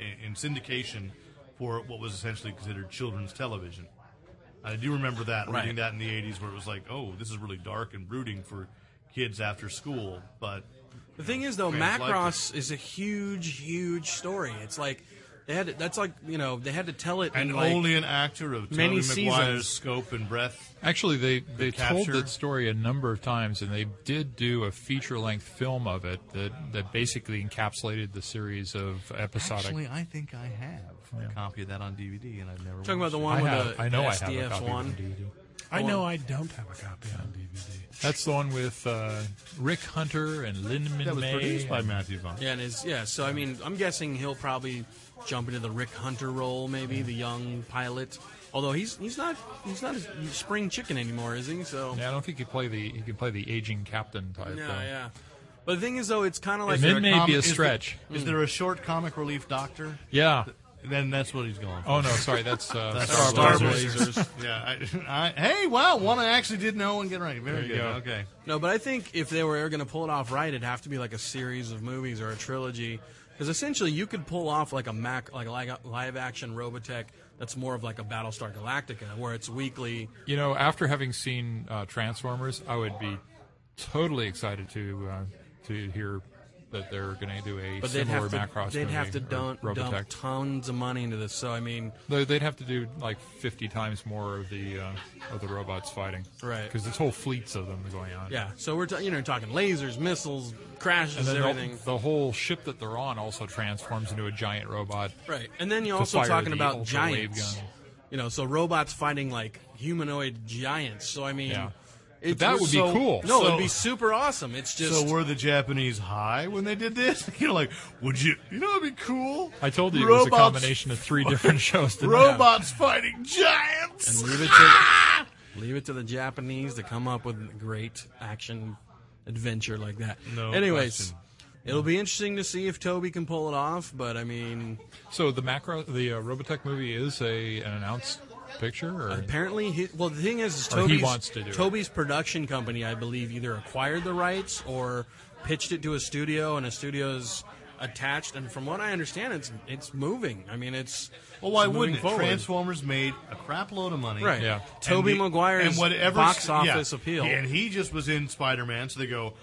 Speaker 3: in, in syndication for what was essentially considered children's television. I do remember that
Speaker 2: Right.
Speaker 3: reading that in the '80s, where it was like, "Oh, this is really dark and brooding for kids after school." But
Speaker 2: The thing is, though,
Speaker 3: Fans liked
Speaker 2: Macross is a huge, huge story. It's like they had to, that's like you know they had to tell it
Speaker 3: and
Speaker 2: in like,
Speaker 3: only an actor of
Speaker 2: many
Speaker 3: Tony McGuire's
Speaker 2: seasons.
Speaker 3: scope and breadth
Speaker 4: Actually, they, they told
Speaker 3: capture.
Speaker 4: that story a number of times, and they did do a feature length film of it that, that basically encapsulated the series of episodic.
Speaker 3: Actually, I think I have a copy of that on DVD, and I've never
Speaker 2: talking about the
Speaker 3: watched it.
Speaker 2: one
Speaker 4: I,
Speaker 2: with
Speaker 4: have,
Speaker 2: the
Speaker 4: I know I have a
Speaker 2: SDF
Speaker 4: copy of it on
Speaker 2: one.
Speaker 4: DVD.
Speaker 5: I know I don't have a copy on DVD.
Speaker 4: That's the one with uh, Rick Hunter and Lin Min
Speaker 3: that was
Speaker 4: May.
Speaker 3: produced by
Speaker 4: and-
Speaker 3: Matthew Vaughn.
Speaker 2: Yeah, and it's, yeah. So I mean, I'm guessing he'll probably jump into the Rick Hunter role, maybe the young pilot. Although he's he's not he's not a spring chicken anymore, is he? So
Speaker 4: Yeah, I don't think he play the he could play the aging captain type.
Speaker 2: yeah,
Speaker 4: though.
Speaker 2: yeah. But the thing is, though, it's kind of like
Speaker 4: And then
Speaker 2: a
Speaker 4: may
Speaker 2: com-
Speaker 4: be a
Speaker 3: Um, is there-
Speaker 4: stretch.
Speaker 3: Is there a short comic relief doctor?
Speaker 4: Yeah.
Speaker 3: Then that's what he's going for.
Speaker 4: Oh no, sorry, that's, uh,
Speaker 3: That's
Speaker 4: Star,
Speaker 3: Star
Speaker 4: Wars.
Speaker 3: Blazers. yeah. I, I, hey, wow, one I actually did know and get right. Very
Speaker 4: There you
Speaker 3: good.
Speaker 4: go.
Speaker 3: Okay.
Speaker 2: No, but I think if they were ever going to pull it off right, it'd have to be like a series of movies or a trilogy. Because essentially, you could pull off like a Mac, like a live action Robotech that's more of like a Battlestar Galactica, where it's weekly.
Speaker 4: You know, after having seen uh, Transformers, I would be totally excited to uh, to hear that they're going to do a
Speaker 2: But they'd
Speaker 4: similar
Speaker 2: have to,
Speaker 4: Macross
Speaker 2: they'd
Speaker 4: movie
Speaker 2: have to
Speaker 4: or
Speaker 2: dump, dump
Speaker 4: Robotech.
Speaker 2: tons of money into this. So I mean,
Speaker 4: Though They'd have to do like 50 times more of the uh, of the robots fighting,
Speaker 2: Right.
Speaker 4: Because there's whole fleets of them going on.
Speaker 2: yeah. So we're ta- you know talking lasers, missiles,
Speaker 4: and
Speaker 2: crashes,
Speaker 4: then
Speaker 2: everything.
Speaker 4: The, the whole ship that they're on also transforms into a giant robot.
Speaker 2: Right, and then you're
Speaker 4: to
Speaker 2: also
Speaker 4: fire
Speaker 2: talking
Speaker 4: the
Speaker 2: about
Speaker 4: ultra wave
Speaker 2: giants.
Speaker 4: gun.
Speaker 2: You know, so robots fighting like humanoid giants. So I mean,
Speaker 4: Yeah.
Speaker 2: it
Speaker 4: But that
Speaker 2: was
Speaker 4: would be
Speaker 2: so-
Speaker 4: cool.
Speaker 2: No,
Speaker 3: So-
Speaker 2: it'd be super awesome. It's just
Speaker 3: So were the Japanese high when they did this? you know, like, would you? You know, it'd be cool.
Speaker 4: I told you it was a
Speaker 3: Robots-
Speaker 4: combination of three different shows. didn't it?
Speaker 3: Robots fighting giants.
Speaker 2: leave it to leave it to the Japanese to come up with great action adventure like that.
Speaker 3: No
Speaker 2: Anyways,
Speaker 3: question.
Speaker 2: it'll be interesting to see if Toby can pull it off. But I mean,
Speaker 4: So the macro, the uh, Robotech movie is a an announced picture, or
Speaker 2: apparently, he, well, the thing is, is
Speaker 4: Or he
Speaker 2: Toby's,
Speaker 4: wants to do it.
Speaker 2: Toby's production company, I believe, either acquired the rights or pitched it to a studio, and a studio's attached. And from what I understand, it's it's moving. I mean, it's
Speaker 3: Well, why
Speaker 2: it's moving
Speaker 3: wouldn't it?
Speaker 2: forward.
Speaker 3: Transformers made a crap load of money.
Speaker 2: Right.
Speaker 4: Yeah.
Speaker 2: Toby
Speaker 3: And the-
Speaker 2: Maguire's
Speaker 3: and whatever
Speaker 2: box
Speaker 3: s- yeah.
Speaker 2: office appeal.
Speaker 3: And he just was in Spider Man, so they go,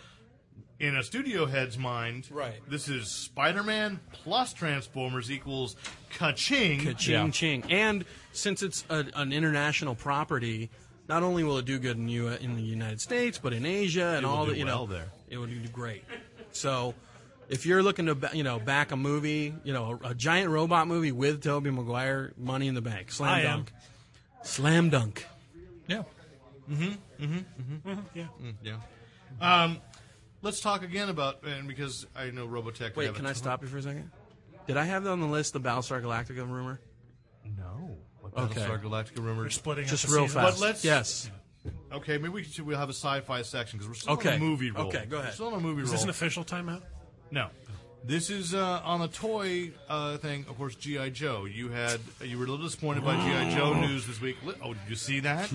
Speaker 3: in a studio head's mind,
Speaker 2: Right.
Speaker 3: this is Spider Man plus Transformers equals ka-ching.
Speaker 2: Ching
Speaker 4: Yeah.
Speaker 2: ching. And since it's a, an international property, not only will it do good in you in the United States, but in Asia and
Speaker 3: It will
Speaker 2: all
Speaker 3: do
Speaker 2: the you know
Speaker 3: well there.
Speaker 2: it would do great. So. If you're looking to ba- you know back a movie, you know a, a giant robot movie with Toby Maguire, Money in the Bank, Slam
Speaker 5: I am.
Speaker 2: Dunk, Slam Dunk.
Speaker 4: yeah,
Speaker 5: Yeah.
Speaker 3: Yeah. Um, let's talk again about, and because I know Robotech.
Speaker 2: Wait,
Speaker 3: have a
Speaker 2: can I
Speaker 3: ton-
Speaker 2: stop you for a second? Did I have on the list the Battlestar Galactica rumor?
Speaker 3: No. What
Speaker 2: Okay.
Speaker 3: Battlestar Galactica rumor?
Speaker 5: We're splitting up
Speaker 2: Just
Speaker 5: the
Speaker 2: real
Speaker 5: season.
Speaker 2: fast.
Speaker 3: But let's-
Speaker 2: yes.
Speaker 3: Okay, maybe we should, we'll have a sci-fi section because we're still on
Speaker 2: Okay.
Speaker 3: a movie roll.
Speaker 2: Okay, go ahead.
Speaker 3: We're still on a movie
Speaker 5: Is
Speaker 3: roll.
Speaker 5: this an official timeout?
Speaker 3: No. This is uh, on a toy uh, thing, of course. GI Joe. You had you were a little disappointed by GI Joe news this week. Li- Oh, did you see that?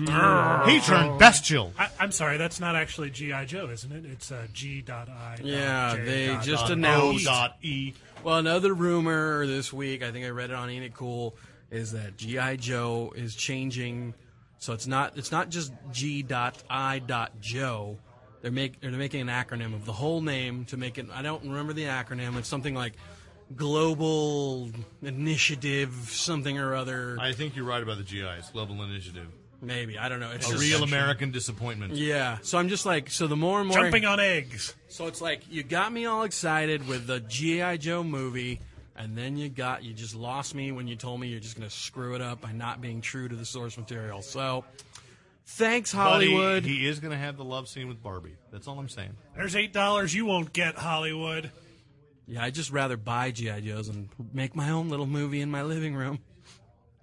Speaker 3: he turned bestial.
Speaker 5: I, I'm sorry, that's not actually G.I. Joe, isn't it? It's uh, G. dot I. dot
Speaker 2: Yeah,
Speaker 5: J.
Speaker 2: they
Speaker 5: dot
Speaker 2: just
Speaker 5: dot
Speaker 2: announced-
Speaker 3: Uh, O dot E.
Speaker 2: Well, another rumor this week, I think I read it on Ain't It Cool, is that GI Joe is changing. So it's not it's not just G dot I dot Joe. They're make they're making an acronym of the whole name to make it. I don't remember the acronym. It's something like Global Initiative, something or other.
Speaker 3: I think you're right about the GIs. Global Initiative.
Speaker 2: maybe I don't know. It's
Speaker 3: A
Speaker 2: just,
Speaker 3: real American disappointment.
Speaker 2: Yeah. So I'm just like so the more and more
Speaker 5: Jumping on eggs.
Speaker 2: So it's like you got me all excited with the GI Joe movie, and then you got you just lost me when you told me you're just going to screw it up by not being true to the source material. So thanks
Speaker 3: But he-
Speaker 2: Hollywood.
Speaker 3: He, is going to have the love scene with Barbie. That's all I'm saying.
Speaker 5: There's eight dollars you won't get, Hollywood.
Speaker 2: yeah, I'd just rather buy GI Joes and make my own little movie in my living room.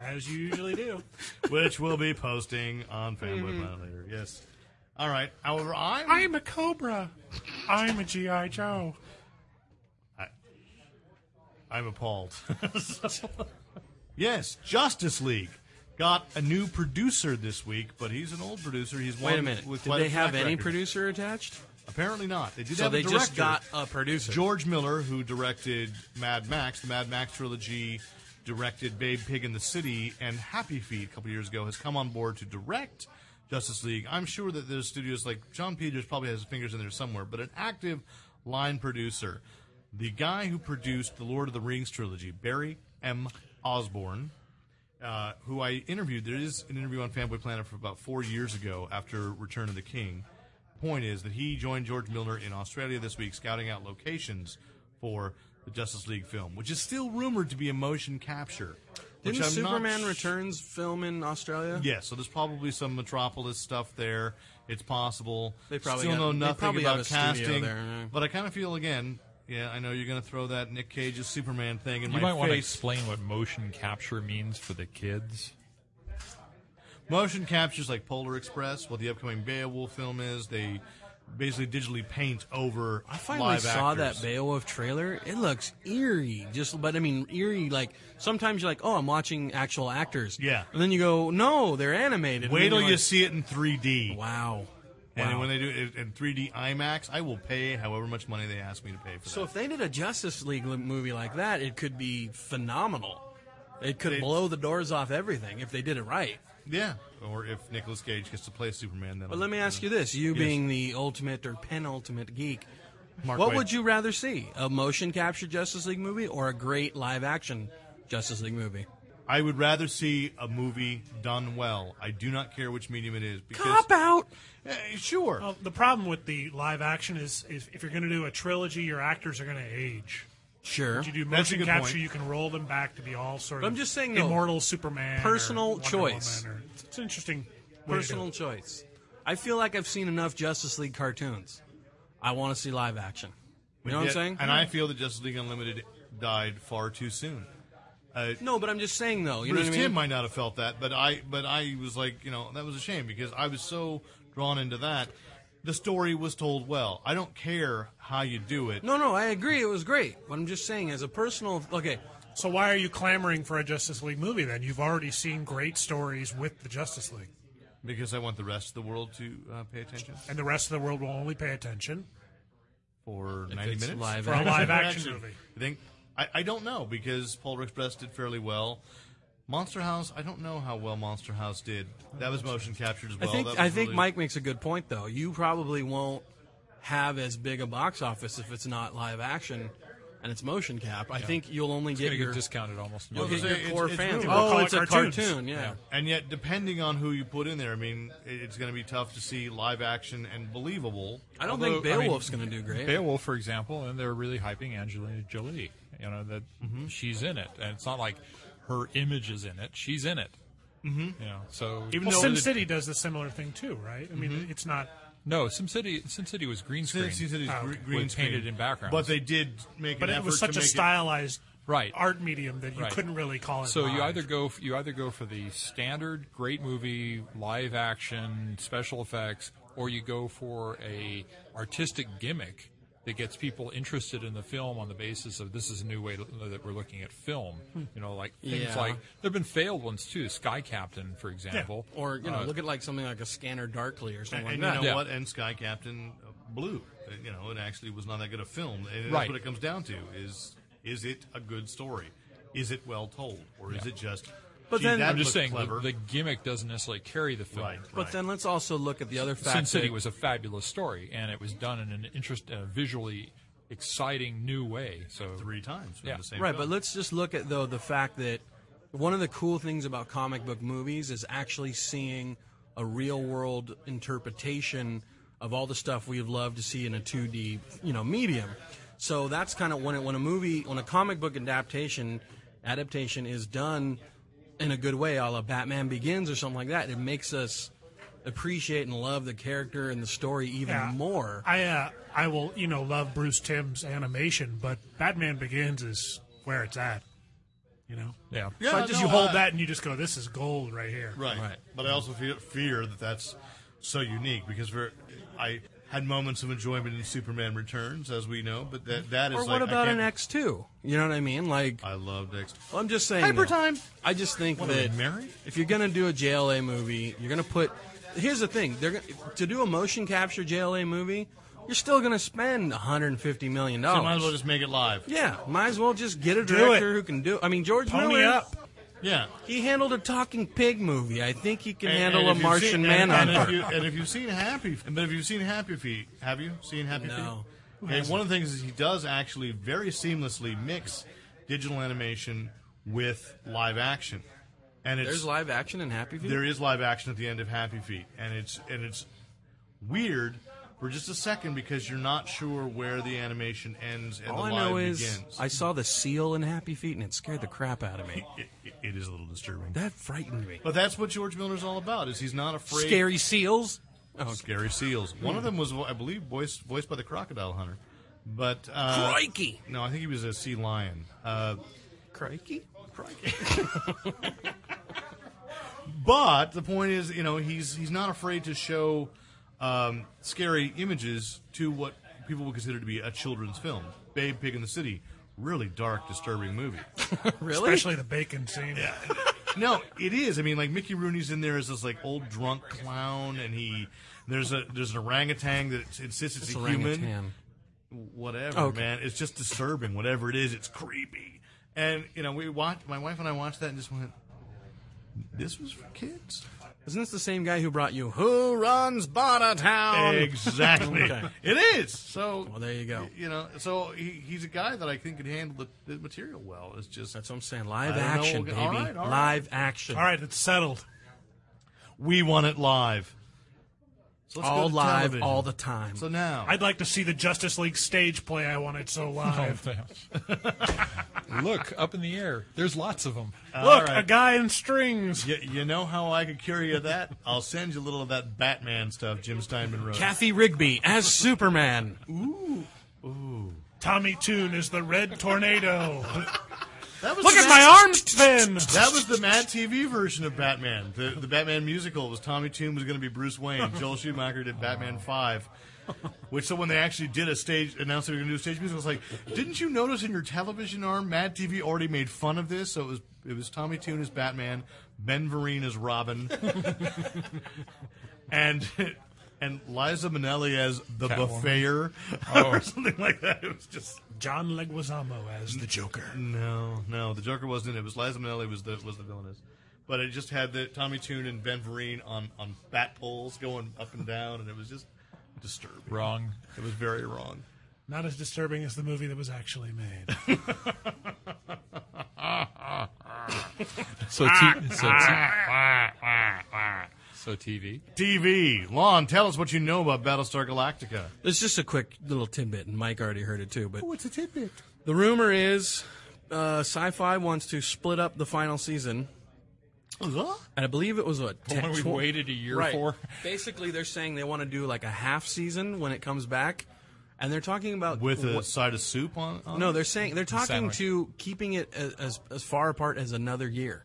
Speaker 5: As you usually do.
Speaker 3: Which we'll be posting on Fanboy Planet later. Yes. Mm-hmm. All right. However, I'm.
Speaker 5: I'm a Cobra. I'm a G.I. Joe.
Speaker 3: I'm appalled. yes, Justice League got a new producer this week, but he's an old producer. He's one
Speaker 2: Wait a minute.
Speaker 3: With
Speaker 2: Did
Speaker 3: quite
Speaker 2: they
Speaker 3: a
Speaker 2: have
Speaker 3: track
Speaker 2: any
Speaker 3: record.
Speaker 2: producer attached?
Speaker 3: Apparently not. They did
Speaker 2: So
Speaker 3: have a
Speaker 2: they
Speaker 3: director.
Speaker 2: just got a producer.
Speaker 3: George Miller, who directed Mad Max, the Mad Max trilogy, directed Babe Pig in the City and Happy Feet a couple years ago, has come on board to direct Justice League. I'm sure that there's studios like John Peters probably has his fingers in there somewhere, but an active line producer, the guy who produced the Lord of the Rings trilogy, Barry M. Osborne uh, who I interviewed. There is an interview on Fanboy Planet from about four years ago after Return of the King. Point is that he joined George Miller in Australia this week, scouting out locations for the Justice League film, which is still rumored to be a motion capture.
Speaker 2: Didn't
Speaker 3: which I'm not
Speaker 2: Superman
Speaker 3: sh-
Speaker 2: Returns film in Australia?
Speaker 3: Yeah, so there's probably some Metropolis stuff there. It's possible.
Speaker 2: They probably
Speaker 3: still
Speaker 2: got-
Speaker 3: know
Speaker 2: they
Speaker 3: nothing
Speaker 2: probably have
Speaker 3: about
Speaker 2: a studio
Speaker 3: casting,
Speaker 2: there, yeah.
Speaker 3: but I kind of feel again Yeah, I know you're going to throw that Nick Cage's Superman thing in
Speaker 4: You
Speaker 3: my
Speaker 4: might want to
Speaker 3: face.
Speaker 4: explain what motion capture means for the kids.
Speaker 3: Motion captures like Polar Express, what the upcoming Beowulf film is. They basically digitally paint over
Speaker 2: I finally
Speaker 3: live
Speaker 2: saw
Speaker 3: actors.
Speaker 2: that Beowulf trailer. It looks eerie. Just, but I mean, eerie. Like sometimes you're like, oh, I'm watching actual actors.
Speaker 3: Yeah.
Speaker 2: And then you go, no, they're animated. And
Speaker 3: Wait
Speaker 2: then
Speaker 3: till
Speaker 2: you're
Speaker 3: you
Speaker 2: like,
Speaker 3: see it in 3D.
Speaker 2: Wow.
Speaker 3: And
Speaker 2: Wow.
Speaker 3: when they do it in 3D IMAX, I will pay however much money they ask me to pay for
Speaker 2: so
Speaker 3: that.
Speaker 2: if they did a Justice League li- movie like that, it could be phenomenal. It could
Speaker 3: They-
Speaker 2: blow the doors off everything if they did it right.
Speaker 3: Yeah. Or if Nicolas Cage gets to play Superman, then.
Speaker 2: But let me ask you this: you being the ultimate or penultimate geek,
Speaker 3: Mark
Speaker 2: what
Speaker 3: Waid-
Speaker 2: would you rather see? A motion capture Justice League movie or a great live action Justice League movie?
Speaker 3: I would rather see a movie done well. I do not care which medium it is. Because,
Speaker 2: Cop out.
Speaker 3: Eh, sure.
Speaker 5: Well, the problem with the live action is, is if you're going to do a trilogy, your actors are going to age.
Speaker 2: Sure.
Speaker 5: If you do
Speaker 3: That's a
Speaker 5: motion
Speaker 3: good
Speaker 5: capture,
Speaker 3: point.
Speaker 5: you can roll them back to be all sort
Speaker 2: But
Speaker 5: of
Speaker 2: I'm just saying, though,
Speaker 5: immortal Superman. or
Speaker 2: personal
Speaker 5: Wonder
Speaker 2: choice.
Speaker 5: Woman or- it's an interesting way to do
Speaker 2: personal
Speaker 5: it.
Speaker 2: choice. I feel like I've seen enough Justice League cartoons. I want to see live action. You know what I'm
Speaker 3: Yeah,
Speaker 2: saying?
Speaker 3: And I feel that Justice League Unlimited died far too soon. Uh,
Speaker 2: no, but I'm just saying though. You
Speaker 3: Bruce
Speaker 2: know what I
Speaker 3: Tim
Speaker 2: mean?
Speaker 3: might not have felt that, but I but I was like, you know, that was a shame because I was so drawn into that. The story was told well. I don't care how you do it.
Speaker 2: No, no, I agree. It was great. But I'm just saying, as a personal, okay,
Speaker 5: So why are you clamoring for a Justice League movie then? You've already seen great stories with the Justice League,
Speaker 3: Because I want the rest of the world to uh, pay attention
Speaker 5: and the rest of the world will only pay attention.
Speaker 3: for 90
Speaker 2: it's
Speaker 3: minutes.
Speaker 2: live
Speaker 5: For a
Speaker 2: action.
Speaker 5: live action movie.
Speaker 3: I think I, I don't know because Polar Express did fairly well. Monster House, I don't know how well Monster House did. That was motion captured as
Speaker 2: I
Speaker 3: well.
Speaker 2: think
Speaker 3: That was
Speaker 2: I think
Speaker 3: really-
Speaker 2: Mike makes a good point though. You probably won't have as big a box office if it's not live action and it's motion cap. I think you'll only
Speaker 4: It's
Speaker 2: get
Speaker 4: going to
Speaker 2: your,
Speaker 4: get discounted almost.
Speaker 2: you'll get
Speaker 3: Well,
Speaker 2: your
Speaker 3: it's-
Speaker 2: core
Speaker 3: it's
Speaker 2: fans.
Speaker 3: movie.
Speaker 5: We'll
Speaker 2: Oh,
Speaker 5: call
Speaker 2: it's
Speaker 5: it
Speaker 2: a
Speaker 5: cartoons.
Speaker 2: cartoon. Yeah.
Speaker 3: And yet, depending on who you put in there, I mean, it- it's going to be tough to see live action and believable.
Speaker 2: I don't think
Speaker 4: Although, I mean,
Speaker 2: Beowulf's going to do great.
Speaker 4: Beowulf, for example, and they're really hyping Angelina Jolie. You know that she's in it, and it's not like her image is in it; she's in it. Mm-hmm. You know, so
Speaker 5: Even well, Sin City does the similar thing too, right? I mean, it's not
Speaker 4: no, SimCity, SimCity was green screen,
Speaker 3: Sin City's
Speaker 5: Oh,
Speaker 3: gre-
Speaker 5: okay.
Speaker 3: green
Speaker 4: Was
Speaker 3: screen.
Speaker 4: painted in backgrounds.
Speaker 3: But they did make
Speaker 5: but
Speaker 3: an
Speaker 5: it was
Speaker 3: effort to
Speaker 5: such a
Speaker 3: make it-
Speaker 5: stylized
Speaker 4: Right.
Speaker 5: art medium that you
Speaker 4: Right.
Speaker 5: couldn't really call it.
Speaker 4: So you
Speaker 5: live.
Speaker 4: either go you either go for the standard great movie live action special effects, or you go for a artistic gimmick that gets people interested in the film on the basis of this is a new way to, that we're looking at film. You know, like things
Speaker 2: Hmm. Yeah.
Speaker 4: like there've been failed ones too. Sky Captain, for example,
Speaker 2: Or you know,
Speaker 4: Uh,
Speaker 2: look at like something like a Scanner Darkly or something
Speaker 3: And,
Speaker 2: like
Speaker 3: and
Speaker 2: that.
Speaker 3: you know
Speaker 4: Yeah.
Speaker 3: what? And Sky Captain Blue. Uh, You know, it actually was not that good a film. And
Speaker 4: Right.
Speaker 3: that's what it comes down to: is is it a good story? Is it well told, or is
Speaker 4: Yeah.
Speaker 3: it just?
Speaker 2: But
Speaker 3: gee,
Speaker 2: then-
Speaker 3: that
Speaker 4: I'm just
Speaker 3: looked
Speaker 4: saying the,
Speaker 3: clever.
Speaker 4: the gimmick doesn't necessarily carry the film.
Speaker 3: right,
Speaker 2: But
Speaker 3: right.
Speaker 2: then let's also look at the other fact.
Speaker 4: Sin City
Speaker 2: that-
Speaker 4: was a fabulous story, and it was done in an interest, uh, visually exciting new way. So
Speaker 3: three times
Speaker 4: Yeah.
Speaker 3: yeah. the same
Speaker 2: right,
Speaker 3: film.
Speaker 2: but let's just look at though the fact that one of the cool things about comic book movies is actually seeing a real world interpretation of all the stuff we've loved to see in a 2D, you know, medium. So that's kind of when it, when a movie, when a comic book adaptation adaptation is done in a good way, a la Batman Begins or something like that, it makes us appreciate and love the character and the story even
Speaker 5: Yeah.
Speaker 2: more.
Speaker 5: I uh, I will you know love Bruce Timm's animation, but Batman Begins is where it's at. You know,
Speaker 4: yeah.
Speaker 5: so I
Speaker 3: Yeah,
Speaker 5: just
Speaker 3: no,
Speaker 5: you hold
Speaker 3: I-
Speaker 5: that and you just go, this is gold right here.
Speaker 3: Right.
Speaker 2: Right.
Speaker 3: But I also fear, fear that that's so unique because we're, I had moments of enjoyment in Superman Returns, as we know, but that that is
Speaker 2: or
Speaker 3: like
Speaker 2: what
Speaker 3: I
Speaker 2: about an
Speaker 3: can't-
Speaker 2: X2? You know what I mean? Like
Speaker 3: I loved X.
Speaker 2: Well, I'm just saying.
Speaker 3: Hyper
Speaker 2: though,
Speaker 3: time.
Speaker 2: I just think
Speaker 3: What are
Speaker 2: that
Speaker 3: we, married?
Speaker 2: if you're gonna do a JLA movie, you're gonna put. Here's the thing: they're gonna, to do a motion capture JLA movie, you're still gonna spend 150 million
Speaker 3: So might as
Speaker 2: dollars.
Speaker 3: well just make it live.
Speaker 2: yeah, might as well just get a
Speaker 5: Do
Speaker 2: director
Speaker 5: it.
Speaker 2: who can do. I mean, George
Speaker 5: Pony
Speaker 2: Miller.
Speaker 5: up.
Speaker 3: Yeah.
Speaker 2: He handled a talking pig movie. I think he can
Speaker 3: And-
Speaker 2: handle
Speaker 3: and if
Speaker 2: a
Speaker 3: you've
Speaker 2: Martian
Speaker 3: seen- and-
Speaker 2: Manhunter.
Speaker 3: And if, you, and if you've seen Happy, but if you've seen Happy Feet, have you seen Happy
Speaker 2: No.
Speaker 3: Feet? Okay, one of the things is he does actually very seamlessly mix digital animation with live action, and it's
Speaker 2: There's live action in Happy Feet.
Speaker 3: there is live action at the end of Happy Feet, and it's and it's weird for just a second because you're not sure where the animation ends and
Speaker 2: All
Speaker 3: the
Speaker 2: I
Speaker 3: live
Speaker 2: know is
Speaker 3: begins.
Speaker 2: I saw the seal in Happy Feet, and it scared the crap out of me.
Speaker 3: It- it- it is a little disturbing,
Speaker 2: That frightened me.
Speaker 3: but that's what George Miller's all about. Is he's not afraid.
Speaker 2: Scary seals. Oh,
Speaker 3: Scary seals. One of them was, I believe, voiced voiced by the crocodile hunter. But uh,
Speaker 2: Crikey.
Speaker 3: no, I think he was a sea lion. Uh,
Speaker 2: Crikey.
Speaker 3: but the point is, you know, he's he's not afraid to show um, scary images to what people would consider to be a children's film. Babe, Pig in the City, really dark, disturbing movie.
Speaker 2: Really?
Speaker 5: Especially the bacon scene. Yeah.
Speaker 3: No, it is. I mean, like Mickey Rooney's in there as this like old drunk clown, and he there's a there's an orangutan that insists it's, a human.
Speaker 2: Orangutan.
Speaker 3: Whatever,
Speaker 2: Okay.
Speaker 3: man. It's just disturbing. Whatever it is, it's creepy. And you know, we watched. My wife and I watched that and just went, "This was for kids."
Speaker 2: Isn't this the same guy who brought you Who Runs Bada Town?
Speaker 3: Exactly.
Speaker 2: Oh, Okay.
Speaker 3: It is. So
Speaker 2: Well, there you go.
Speaker 3: You know, so he, he's a guy that I think can handle the, the material well. It's just
Speaker 2: That's what I'm saying. Live
Speaker 3: I don't know.
Speaker 2: action, baby.
Speaker 3: All right, all right.
Speaker 2: Live action.
Speaker 5: All right, it's settled.
Speaker 3: we want it live. So let's go
Speaker 2: All
Speaker 3: to
Speaker 2: live,
Speaker 3: television.
Speaker 2: all the time.
Speaker 3: So now
Speaker 5: I'd like to see the Justice League stage play I wanted
Speaker 2: Oh,
Speaker 5: so
Speaker 3: Oh,
Speaker 5: live.
Speaker 4: Look up in the air. There's lots of them.
Speaker 5: Look,
Speaker 3: right.
Speaker 5: a guy in strings.
Speaker 3: you, you know how I could cure you of that? I'll send you a little of that Batman stuff Jim Steinman wrote.
Speaker 2: Kathy Rigby as Superman.
Speaker 5: Tommy Toon is the red tornado.
Speaker 3: that was
Speaker 5: Look
Speaker 3: the Bat-
Speaker 5: at my arms spin.
Speaker 3: That was the Mad TV version of Batman. The, the Batman musical was Tommy Toon was going to be Bruce Wayne. Joel Schumacher did Batman 5. Which, so when they actually did a stage, announced they were going to do a stage musical, it's like, didn't you notice in your television arm, Mad TV already made fun of this? So it was it was Tommy Toon as Batman, Ben Vereen as Robin, and and Liza Minnelli as the
Speaker 4: Catwoman.
Speaker 3: Buffayer, or something like that. It was just
Speaker 5: John Leguizamo as the Joker.
Speaker 3: no, no, the Joker wasn't in it. It was Liza Minnelli was the was the villainess, but it just had the Tommy Toon and Ben Vereen on on bat poles going up and down, and it was just disturbing.
Speaker 4: Wrong.
Speaker 3: It was very wrong.
Speaker 5: Not as disturbing as the movie that was actually made.
Speaker 4: So,
Speaker 3: ah,
Speaker 4: t- so, t- so TV.
Speaker 3: TV, Lon, tell us what you know about Battlestar Galactica.
Speaker 2: It's just a quick little tidbit, and Mike already heard it too. But
Speaker 3: What's a tidbit?
Speaker 2: the rumor is uh, Sci Fi wants to split up the final season. And I believe it was what?
Speaker 4: The one we waited a year
Speaker 2: right.
Speaker 4: for.
Speaker 2: Basically, they're saying they want to do like a half season when it comes back. And they're talking about.
Speaker 3: With a
Speaker 2: what-
Speaker 3: side of soup on. on
Speaker 2: No, they're saying they're talking
Speaker 4: Sandwich.
Speaker 2: to keeping it as, as as far apart as another year.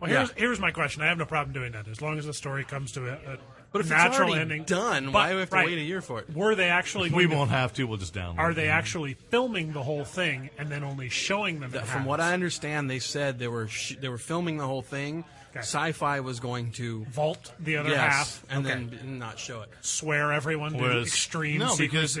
Speaker 5: Well, here's,
Speaker 2: Yeah.
Speaker 5: here's my question. I have no problem doing that as long as the story comes to a, a
Speaker 2: But if it's
Speaker 5: natural
Speaker 2: already
Speaker 5: ending.
Speaker 2: done,
Speaker 5: But-
Speaker 2: why do we have to
Speaker 5: right.
Speaker 2: wait a year for it?
Speaker 5: Were they actually?
Speaker 3: we
Speaker 5: going to-
Speaker 3: won't have to. We'll just download.
Speaker 5: Are
Speaker 3: it.
Speaker 5: they actually filming the whole thing and then only showing them?
Speaker 2: From what I understand, they said they were sh- they were filming the whole thing.
Speaker 5: Okay.
Speaker 2: Sci-fi was going to
Speaker 5: vault the other
Speaker 2: yes,
Speaker 5: half
Speaker 2: and
Speaker 5: okay.
Speaker 2: then b- not show it.
Speaker 5: swear everyone to
Speaker 3: Whereas-
Speaker 5: extreme
Speaker 3: no,
Speaker 5: secrecy.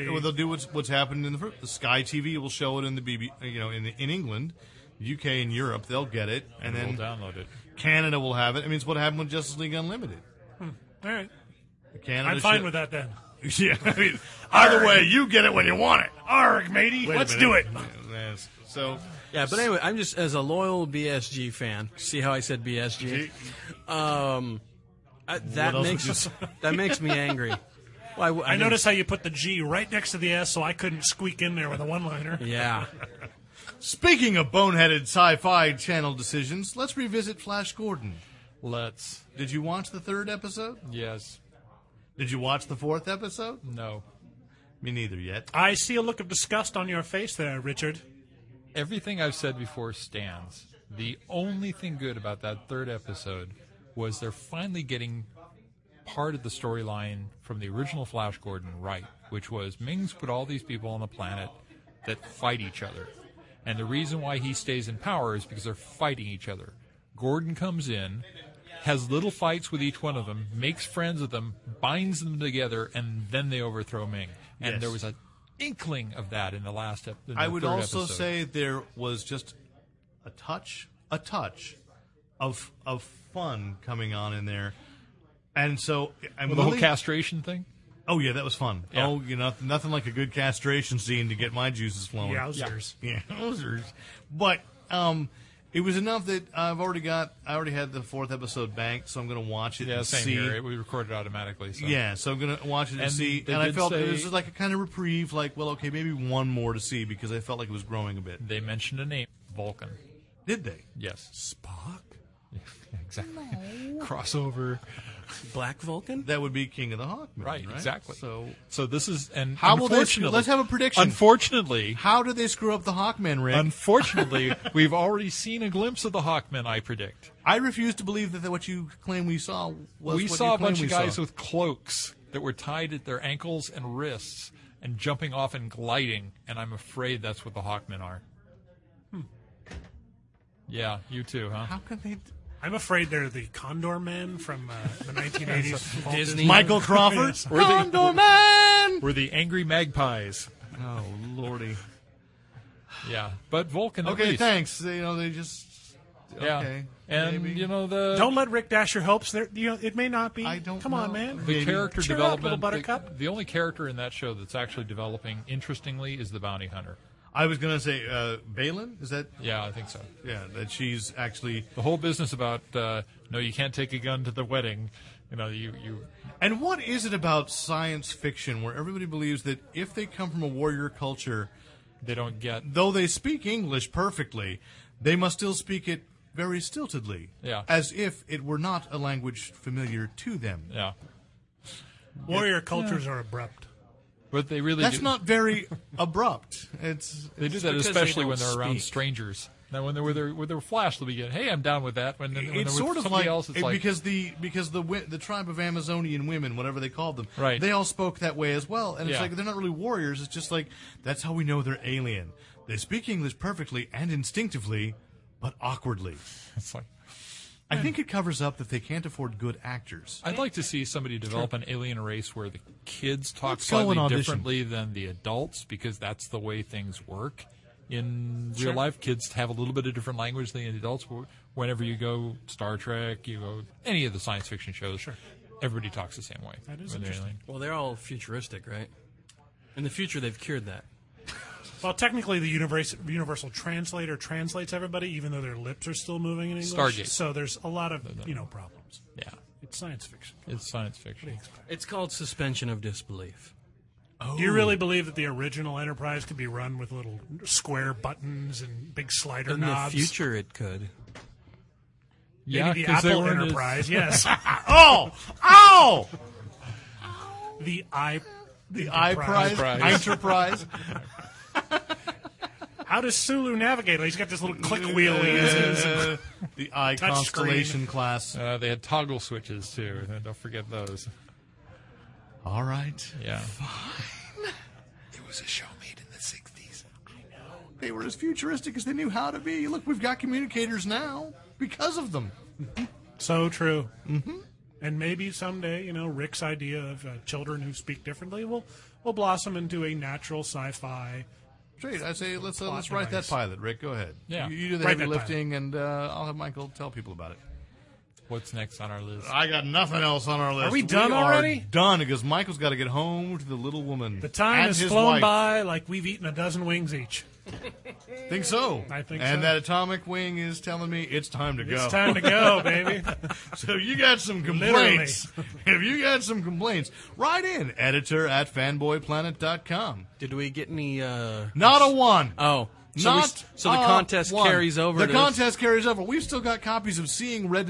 Speaker 3: because well, they'll do what's what's happened in the fir- Sky TV will show it in the BB, you know, in the, in England, UK, and Europe. They'll get it, and,
Speaker 4: We'll
Speaker 3: then
Speaker 4: download it.
Speaker 3: Canada will have it. I mean, it's what happened with Justice League Unlimited.
Speaker 5: All right,
Speaker 3: Canada
Speaker 5: I'm fine with that then.
Speaker 3: that. Yeah, I mean, either way, you get it when you want it.
Speaker 5: Arg, matey,
Speaker 3: Wait a
Speaker 5: let's
Speaker 3: minute.
Speaker 5: do it.
Speaker 3: Yes. So,
Speaker 2: Yeah, but anyway, I'm just as a loyal BSG fan. See how I said BSG? Um, I, that
Speaker 3: else would you
Speaker 2: makes
Speaker 3: say?
Speaker 2: that makes me angry. Well, I, w- I
Speaker 5: I
Speaker 2: didn't-
Speaker 5: noticed how you put the G right next to the S, so I couldn't squeak in there with a one-liner.
Speaker 2: Yeah,
Speaker 3: speaking of boneheaded sci-fi channel decisions, let's revisit Flash Gordon.
Speaker 4: Let's.
Speaker 3: Did you watch the third episode?
Speaker 4: Yes.
Speaker 3: Did you watch the fourth episode?
Speaker 4: No.
Speaker 3: Me neither yet.
Speaker 5: I see a look of disgust on your face there, Richard.
Speaker 4: Everything I've said before stands. The only thing good about that third episode was they're finally getting part of the storyline from the original Flash Gordon right, which was Ming's put all these people on the planet that fight each other. And the reason why he stays in power is because they're fighting each other. Gordon comes in, has little fights with each one of them, makes friends with them, binds them together, and then they overthrow Ming. And
Speaker 3: Yes.
Speaker 4: there was an inkling of that in the last ep- in the
Speaker 3: I would
Speaker 4: third
Speaker 3: also
Speaker 4: episode.
Speaker 3: say there was just a touch, a touch of of fun coming on in there. And so I'm
Speaker 4: Well, the whole
Speaker 3: willing-
Speaker 4: castration thing.
Speaker 3: Oh yeah, that was fun.
Speaker 4: Yeah.
Speaker 3: Oh, you know, nothing like a good castration scene to get my juices flowing.
Speaker 5: Yowzers.
Speaker 3: Yeah, losers. But um, it was enough that I've already got. I already had the fourth episode banked, so I'm going to watch it.
Speaker 4: Yeah,
Speaker 3: and
Speaker 4: same
Speaker 3: see.
Speaker 4: here. It- we recorded automatically. So.
Speaker 3: Yeah, so I'm going to watch it and,
Speaker 4: And
Speaker 3: see.
Speaker 4: they
Speaker 3: And I
Speaker 4: did
Speaker 3: felt it
Speaker 4: say-
Speaker 3: was just like a kind of reprieve. Like, well, okay, maybe one more to see because I felt like it was growing a bit.
Speaker 4: they mentioned a name, Vulcan.
Speaker 3: Did they?
Speaker 4: Yes,
Speaker 3: Spock.
Speaker 4: exactly. Crossover.
Speaker 2: Black Vulcan?
Speaker 3: That would be King of the Hawkmen,
Speaker 4: Right,
Speaker 3: right?
Speaker 4: exactly.
Speaker 3: So
Speaker 4: So this is and
Speaker 3: How will they-
Speaker 4: unfortunately-
Speaker 3: let's have a prediction.
Speaker 4: Unfortunately,
Speaker 3: how did they screw up the Hawkmen, Rick?
Speaker 4: unfortunately, we've already seen a glimpse of the Hawkmen. I predict
Speaker 3: I refuse to believe that, that what you claim we saw was
Speaker 4: we
Speaker 3: what
Speaker 4: saw
Speaker 3: you
Speaker 4: a bunch
Speaker 3: claim
Speaker 4: of
Speaker 3: we
Speaker 4: guys
Speaker 3: saw.
Speaker 4: with cloaks that were tied at their ankles and wrists and jumping off and gliding, and I'm afraid that's what the Hawkmen are.
Speaker 3: Hmm.
Speaker 4: Yeah, you too, huh?
Speaker 3: How can they?
Speaker 5: I'm afraid they're the Condor Men from uh, the 1980s. Walt
Speaker 2: Disney.
Speaker 3: Michael Crawford,
Speaker 4: Were they-
Speaker 3: Condor Man.
Speaker 4: We're the angry magpies.
Speaker 3: Oh lordy.
Speaker 4: Yeah, but Vulcan. at
Speaker 3: Okay,
Speaker 4: least.
Speaker 3: thanks. They, you know, they just.
Speaker 4: Yeah,
Speaker 3: Okay.
Speaker 4: and
Speaker 3: maybe.
Speaker 4: you know the
Speaker 5: Don't let Rick dash your hopes. There, you know, it may not be.
Speaker 3: I don't
Speaker 5: Come on,
Speaker 3: know.
Speaker 5: man.
Speaker 4: the
Speaker 3: Maybe.
Speaker 4: character
Speaker 5: Cheer up,
Speaker 4: development.
Speaker 5: little
Speaker 4: the-
Speaker 5: buttercup.
Speaker 4: The, only character in that show that's actually developing, interestingly, is the bounty hunter.
Speaker 3: I was gonna say uh, Balin. Is that?
Speaker 4: Yeah, I think so.
Speaker 3: Yeah, that she's actually.
Speaker 4: The whole business about uh, no, you can't take a gun to the wedding. You know, you you
Speaker 3: And what is it about science fiction where everybody believes that if they come from a warrior culture,
Speaker 4: they don't get.
Speaker 3: though they speak English perfectly, they must still speak it very stiltedly,
Speaker 4: Yeah.
Speaker 3: as if it were not a language familiar to them.
Speaker 4: Yeah,
Speaker 5: Warrior cultures are abrupt.
Speaker 4: but they really
Speaker 3: That's
Speaker 4: do,
Speaker 3: not very abrupt. It's
Speaker 4: They do that
Speaker 2: because they
Speaker 4: especially when
Speaker 2: don't
Speaker 4: they're around
Speaker 2: speak.
Speaker 4: strangers. Now, when they're with their with their flash, they'll be getting, "Hey, I'm down with that." When, then when
Speaker 3: it's
Speaker 4: they're
Speaker 3: sort
Speaker 4: with
Speaker 3: of
Speaker 4: somebody
Speaker 3: like,
Speaker 4: else, it's
Speaker 3: it-
Speaker 4: like
Speaker 3: because the because the wi- the tribe of Amazonian women, whatever they called them,
Speaker 4: Right.
Speaker 3: They all spoke that way as well, and it's
Speaker 4: Yeah.
Speaker 3: like they're not really warriors. It's just like that's how we know they're alien. They speak English perfectly and instinctively, but awkwardly.
Speaker 4: it's like Hmm.
Speaker 3: I think it covers up that they can't afford good actors.
Speaker 4: I'd like to see somebody develop an alien race where the kids talk
Speaker 3: Let's go
Speaker 4: slightly
Speaker 3: and audition.
Speaker 4: differently than the adults because that's the way things work in real life. Kids have a little bit of different language than the adults. Wh- Whenever you go Star Trek, you go any of the science fiction shows, everybody talks the same way. That is interesting.
Speaker 2: Well, they're all futuristic, right? In the future, they've cured that.
Speaker 5: Well, technically, the universe, universal translator translates everybody, even though their lips are still moving in English.
Speaker 4: Stargate.
Speaker 5: So there's a lot of you know problems.
Speaker 4: Yeah,
Speaker 5: It's science fiction.
Speaker 4: it's science fiction.
Speaker 2: It's called suspension of disbelief.
Speaker 5: Do you really believe that the original Enterprise could be run with little square buttons and big slider
Speaker 2: In
Speaker 5: knobs?
Speaker 2: the future, it could.
Speaker 4: Yeah,
Speaker 5: Maybe the
Speaker 4: 'cause they
Speaker 5: Apple
Speaker 4: weren't as-
Speaker 5: Enterprise. Yes. oh, oh. The i the
Speaker 3: I
Speaker 5: prize.
Speaker 3: prize, enterprise.
Speaker 5: How does Sulu navigate? He's got this little click wheel he uses.
Speaker 3: Uh, the I
Speaker 5: Touch
Speaker 3: constellation class.
Speaker 4: Uh, they had toggle switches too. and Don't forget those.
Speaker 3: All right.
Speaker 4: Yeah,
Speaker 3: It was a show made in the 60s. I know. They were as futuristic as they knew how to be. Look, we've got communicators now because of them.
Speaker 5: So true. Mm-hmm. And maybe someday, you know, Rick's idea of uh, children who speak differently will will blossom into a natural sci-fi.
Speaker 3: Straight, I say let's uh, let's
Speaker 5: Plot
Speaker 3: write that
Speaker 5: device.
Speaker 3: pilot, Rick. Go ahead.
Speaker 4: Yeah.
Speaker 3: you, you do the
Speaker 5: Write
Speaker 3: heavy
Speaker 5: that pilot.
Speaker 3: lifting, and uh, I'll have Michael tell people about it.
Speaker 4: what's next on our list?
Speaker 3: I got nothing else on our list.
Speaker 5: Are we done
Speaker 3: are
Speaker 5: already?
Speaker 3: done because Michael's got to get home to the little woman.
Speaker 5: The time
Speaker 3: and
Speaker 5: has
Speaker 3: his
Speaker 5: flown
Speaker 3: wife.
Speaker 5: by like we've eaten a dozen wings each.
Speaker 3: Think so?
Speaker 5: I think
Speaker 3: And
Speaker 5: so.
Speaker 3: that atomic wing is telling me it's time to go.
Speaker 5: It's time to go, baby.
Speaker 3: So if you got some complaints, if you got some complaints, write in editor at fanboyplanet.com.
Speaker 2: Did we get any? Uh,
Speaker 3: Not a one.
Speaker 2: oh, so we
Speaker 3: Not
Speaker 2: s- so the
Speaker 3: a
Speaker 2: contest
Speaker 3: one.
Speaker 2: carries over.
Speaker 3: The
Speaker 2: to
Speaker 3: contest carries over. We've still got copies of Seeing Red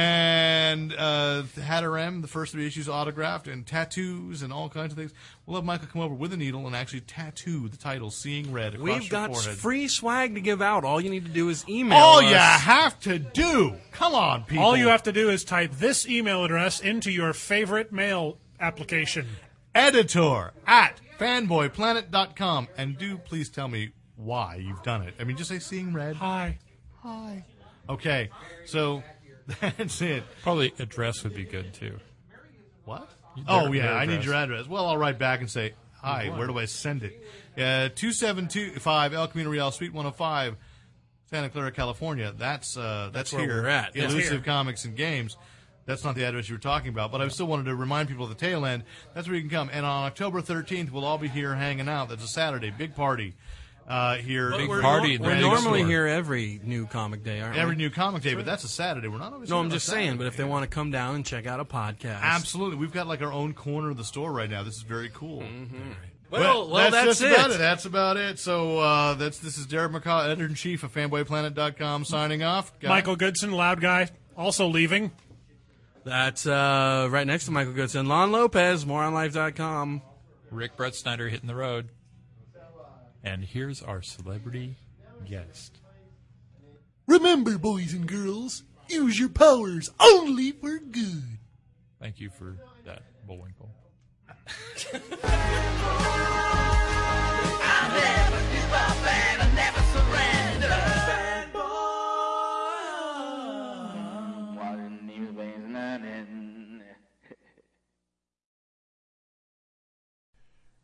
Speaker 3: and uh, Hatter M, the first three issues autographed, and tattoos and all kinds of things. We'll have Michael come over with a needle and actually tattoo the title "Seeing Red" across
Speaker 2: We've
Speaker 3: your
Speaker 2: got
Speaker 3: forehead.
Speaker 2: free swag to give out. All you need to do is email
Speaker 3: all
Speaker 2: us.
Speaker 3: you have to do. Come on, people.
Speaker 5: All you have to do is type this email address into your favorite mail application.
Speaker 3: editor at fanboyplanet.com. And do please tell me why you've done it. I mean, just say seeing red.
Speaker 5: Hi.
Speaker 3: Hi. Okay, so that's it.
Speaker 4: Probably address would be good too.
Speaker 3: What?
Speaker 4: Their-
Speaker 3: oh, yeah,
Speaker 4: their
Speaker 3: I need
Speaker 4: address.
Speaker 3: your address. Well, I'll write back and say, hi, where do I send it? Uh, 2725 El Camino Real, Suite 105, Santa Clara, California. That's, uh, that's,
Speaker 2: where
Speaker 3: here.
Speaker 2: we're at. That's
Speaker 3: Elusive
Speaker 5: here.
Speaker 3: Comics and Games. That's not the address you were talking about, but I still wanted to remind people at the tail end that's where you can come. And on October 13th, we'll all be here hanging out. That's a Saturday, big party uh, here.
Speaker 4: Big
Speaker 2: We're,
Speaker 4: party
Speaker 2: nor-
Speaker 4: in
Speaker 2: we're
Speaker 4: the
Speaker 2: normally
Speaker 4: store.
Speaker 2: here every new comic day, aren't
Speaker 3: Every
Speaker 2: we?
Speaker 3: new comic day, but that's a Saturday. We're not always.
Speaker 2: no,
Speaker 3: here
Speaker 2: I'm
Speaker 3: on a
Speaker 2: just saying. But
Speaker 3: Saturday.
Speaker 2: if they want to come down and check out a podcast,
Speaker 3: Absolutely. We've got like our own corner of the store right now. This is very cool.
Speaker 2: Well, well, that's,
Speaker 3: just about
Speaker 2: it.
Speaker 3: it. That's about it. So uh, that's this is Derek McCaw, editor in chief of FanboyPlanet.com, signing off. Guys.
Speaker 5: Michael Goodson, loud guy, also leaving.
Speaker 2: That's uh, right next to Michael Goodson. Lon Lopez, moronlife.com.
Speaker 4: Rick Brett Snyder hitting the road. And here's our celebrity guest.
Speaker 6: Remember, boys and girls, use your powers only for good.
Speaker 4: Thank you for that, Bullwinkle.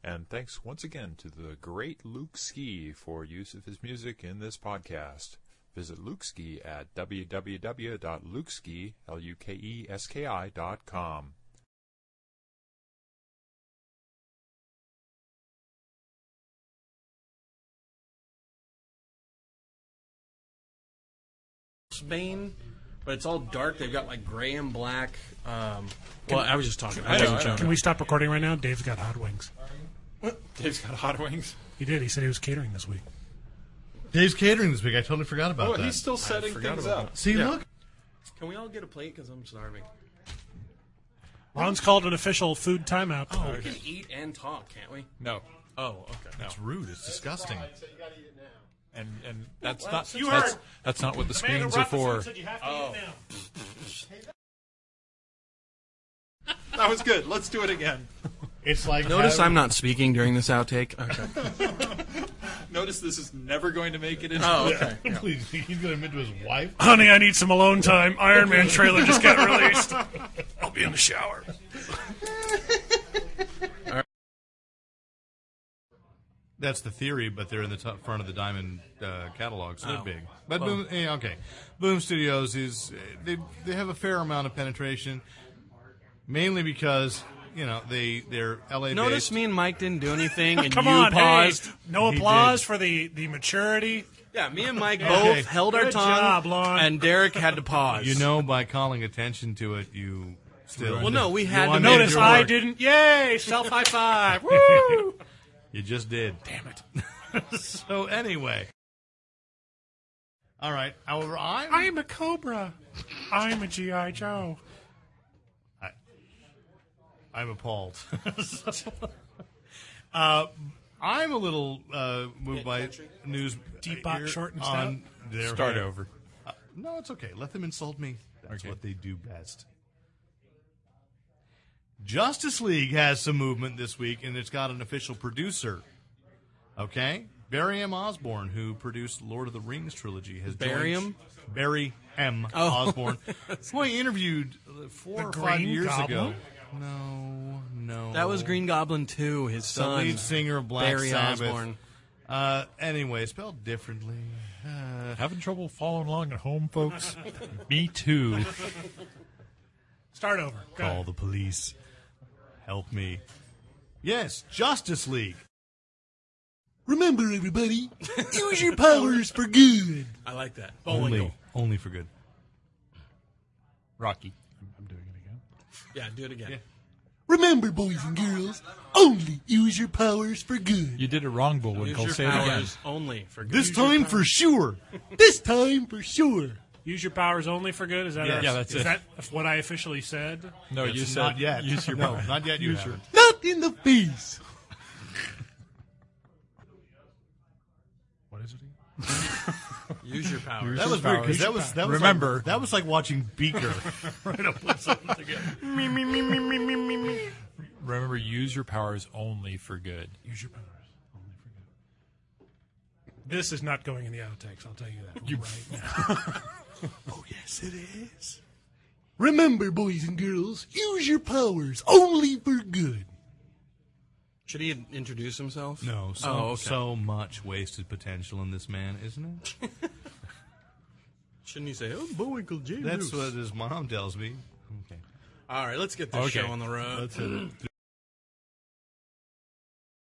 Speaker 7: And thanks once again to the great Luke Ski for use of his music in this podcast. Visit Luke Ski at www.lukeski, E L-U-K-E-S-K-I dot com.
Speaker 2: Spain, but it's all dark. They've got like gray and black. Um, well, I was just talking. I wasn't showing
Speaker 5: Can we stop recording right now? Dave's got hot wings.
Speaker 4: Dave's got hot wings.
Speaker 5: He did. He said he was catering this week.
Speaker 3: Dave's catering this week. I totally forgot about
Speaker 8: Oh,
Speaker 3: that.
Speaker 8: he's still setting things up.
Speaker 3: See, look.
Speaker 2: it. Can we all get a plate? Because I'm starving.
Speaker 5: Ron's called an official food timeout.
Speaker 2: We can eat and talk, can't we?
Speaker 4: No.
Speaker 2: Oh, okay.
Speaker 3: It's rude. It's disgusting.
Speaker 4: And and that's
Speaker 5: Well,
Speaker 4: not
Speaker 5: since you
Speaker 4: that's,
Speaker 5: heard-
Speaker 4: that's not what the screens are Oh. for.
Speaker 5: you have to eat now.
Speaker 8: That was good. Let's do it again.
Speaker 3: It's like
Speaker 2: Notice
Speaker 3: having-
Speaker 2: I'm not speaking during this outtake. Okay.
Speaker 8: Notice this is never going to make it into.
Speaker 2: Oh, okay.
Speaker 3: Please, he's going to admit to his wife.
Speaker 5: Honey, I need some alone time. Iron Man trailer just got released. I'll be in the shower.
Speaker 3: That's the theory, but they're in the top front of the Diamond uh, catalog, so
Speaker 2: Oh.
Speaker 3: they're big. But Boom, eh, okay, Boom Studios is eh, they they have a fair amount of penetration, mainly because you know they they're LA.
Speaker 2: Notice
Speaker 3: based.
Speaker 2: me and Mike didn't do anything, and
Speaker 5: Come
Speaker 2: you
Speaker 5: on, hey,
Speaker 2: paused.
Speaker 5: no
Speaker 3: He
Speaker 5: applause
Speaker 3: did.
Speaker 5: for the, the maturity.
Speaker 2: Yeah, me and Mike
Speaker 3: Okay.
Speaker 2: both held our
Speaker 5: Good
Speaker 2: tongue,
Speaker 5: job, Lon.
Speaker 2: and Derek had to pause.
Speaker 3: You know, by calling attention to it, you still.
Speaker 2: Well, no, we
Speaker 3: you
Speaker 2: had to
Speaker 3: unmade
Speaker 2: Made
Speaker 5: Notice
Speaker 3: your
Speaker 5: I
Speaker 3: work.
Speaker 5: didn't. Yay! Self high five. Woo!
Speaker 3: You just did. Damn it. so anyway, all right. However, I'm
Speaker 5: I'm a Cobra. I'm a G.I. Joe.
Speaker 3: I'm appalled. uh, I'm a little uh, moved by news.
Speaker 5: Deep box
Speaker 3: here
Speaker 5: short and
Speaker 3: on their-
Speaker 4: Start over.
Speaker 3: Uh, no, it's okay. Let them insult me. That's
Speaker 4: Okay.
Speaker 3: what they do best. Justice League has some movement this week, and it's got an official producer. Okay, Barry M. Osborne, who produced Lord of the Rings trilogy, has
Speaker 2: Barry
Speaker 3: joined-
Speaker 2: M.?
Speaker 3: Barry M.
Speaker 4: Oh.
Speaker 3: Osborne, who I interviewed uh, four
Speaker 5: The
Speaker 3: or five
Speaker 5: Green
Speaker 3: years ago.
Speaker 5: Goblin?
Speaker 3: No, no,
Speaker 2: that was Green Goblin 2, his
Speaker 3: the
Speaker 2: son.
Speaker 3: lead singer of Black
Speaker 2: Barry
Speaker 3: Sabbath.
Speaker 2: Osborne.
Speaker 3: Uh, anyway, spelled differently. Uh,
Speaker 4: Having trouble following along at home, folks? Me too.
Speaker 5: Start over. Go
Speaker 3: Call
Speaker 5: ahead.
Speaker 3: the police. Help me. Yes, Justice League.
Speaker 6: Remember, everybody, use your powers for good.
Speaker 2: I like that.
Speaker 3: Only, only for good.
Speaker 4: Rocky.
Speaker 2: Yeah, do it again.
Speaker 6: Remember, boys and girls, only use your powers for good.
Speaker 4: You did it wrong,
Speaker 2: Use
Speaker 4: Bullwinkle.
Speaker 2: your
Speaker 4: Say it again.
Speaker 2: powers only for good.
Speaker 3: This time for sure.
Speaker 6: This time for sure.
Speaker 5: Use your powers only for good. Is that
Speaker 3: Yes.
Speaker 5: our-
Speaker 3: Yeah,
Speaker 4: that's
Speaker 5: is
Speaker 4: it.
Speaker 5: that what I officially said?
Speaker 4: No, you
Speaker 3: It's
Speaker 4: said
Speaker 3: not yet.
Speaker 4: use your
Speaker 3: no,
Speaker 4: powers.
Speaker 3: not yet. Use your.
Speaker 6: Not in the face.
Speaker 4: What is it? again?
Speaker 2: Use your powers.
Speaker 3: That was weird because that was that was
Speaker 4: Remember.
Speaker 3: Like, that was like watching Beaker. right up with something together.
Speaker 4: Remember, use your powers only for good.
Speaker 5: Use your powers only for good. This is not going in the outtakes. I'll tell you that right now.
Speaker 6: Yes, it is. Remember, boys and girls, use your powers only for good.
Speaker 2: Should he introduce himself?
Speaker 3: No, so,
Speaker 2: oh, okay.
Speaker 3: so much wasted potential in this man, isn't it?
Speaker 2: Shouldn't he say, oh, Bullwinkle James?
Speaker 3: That's what his mom tells me. Okay.
Speaker 2: All right, let's get this
Speaker 4: Okay.
Speaker 2: show on the road.
Speaker 3: That's it.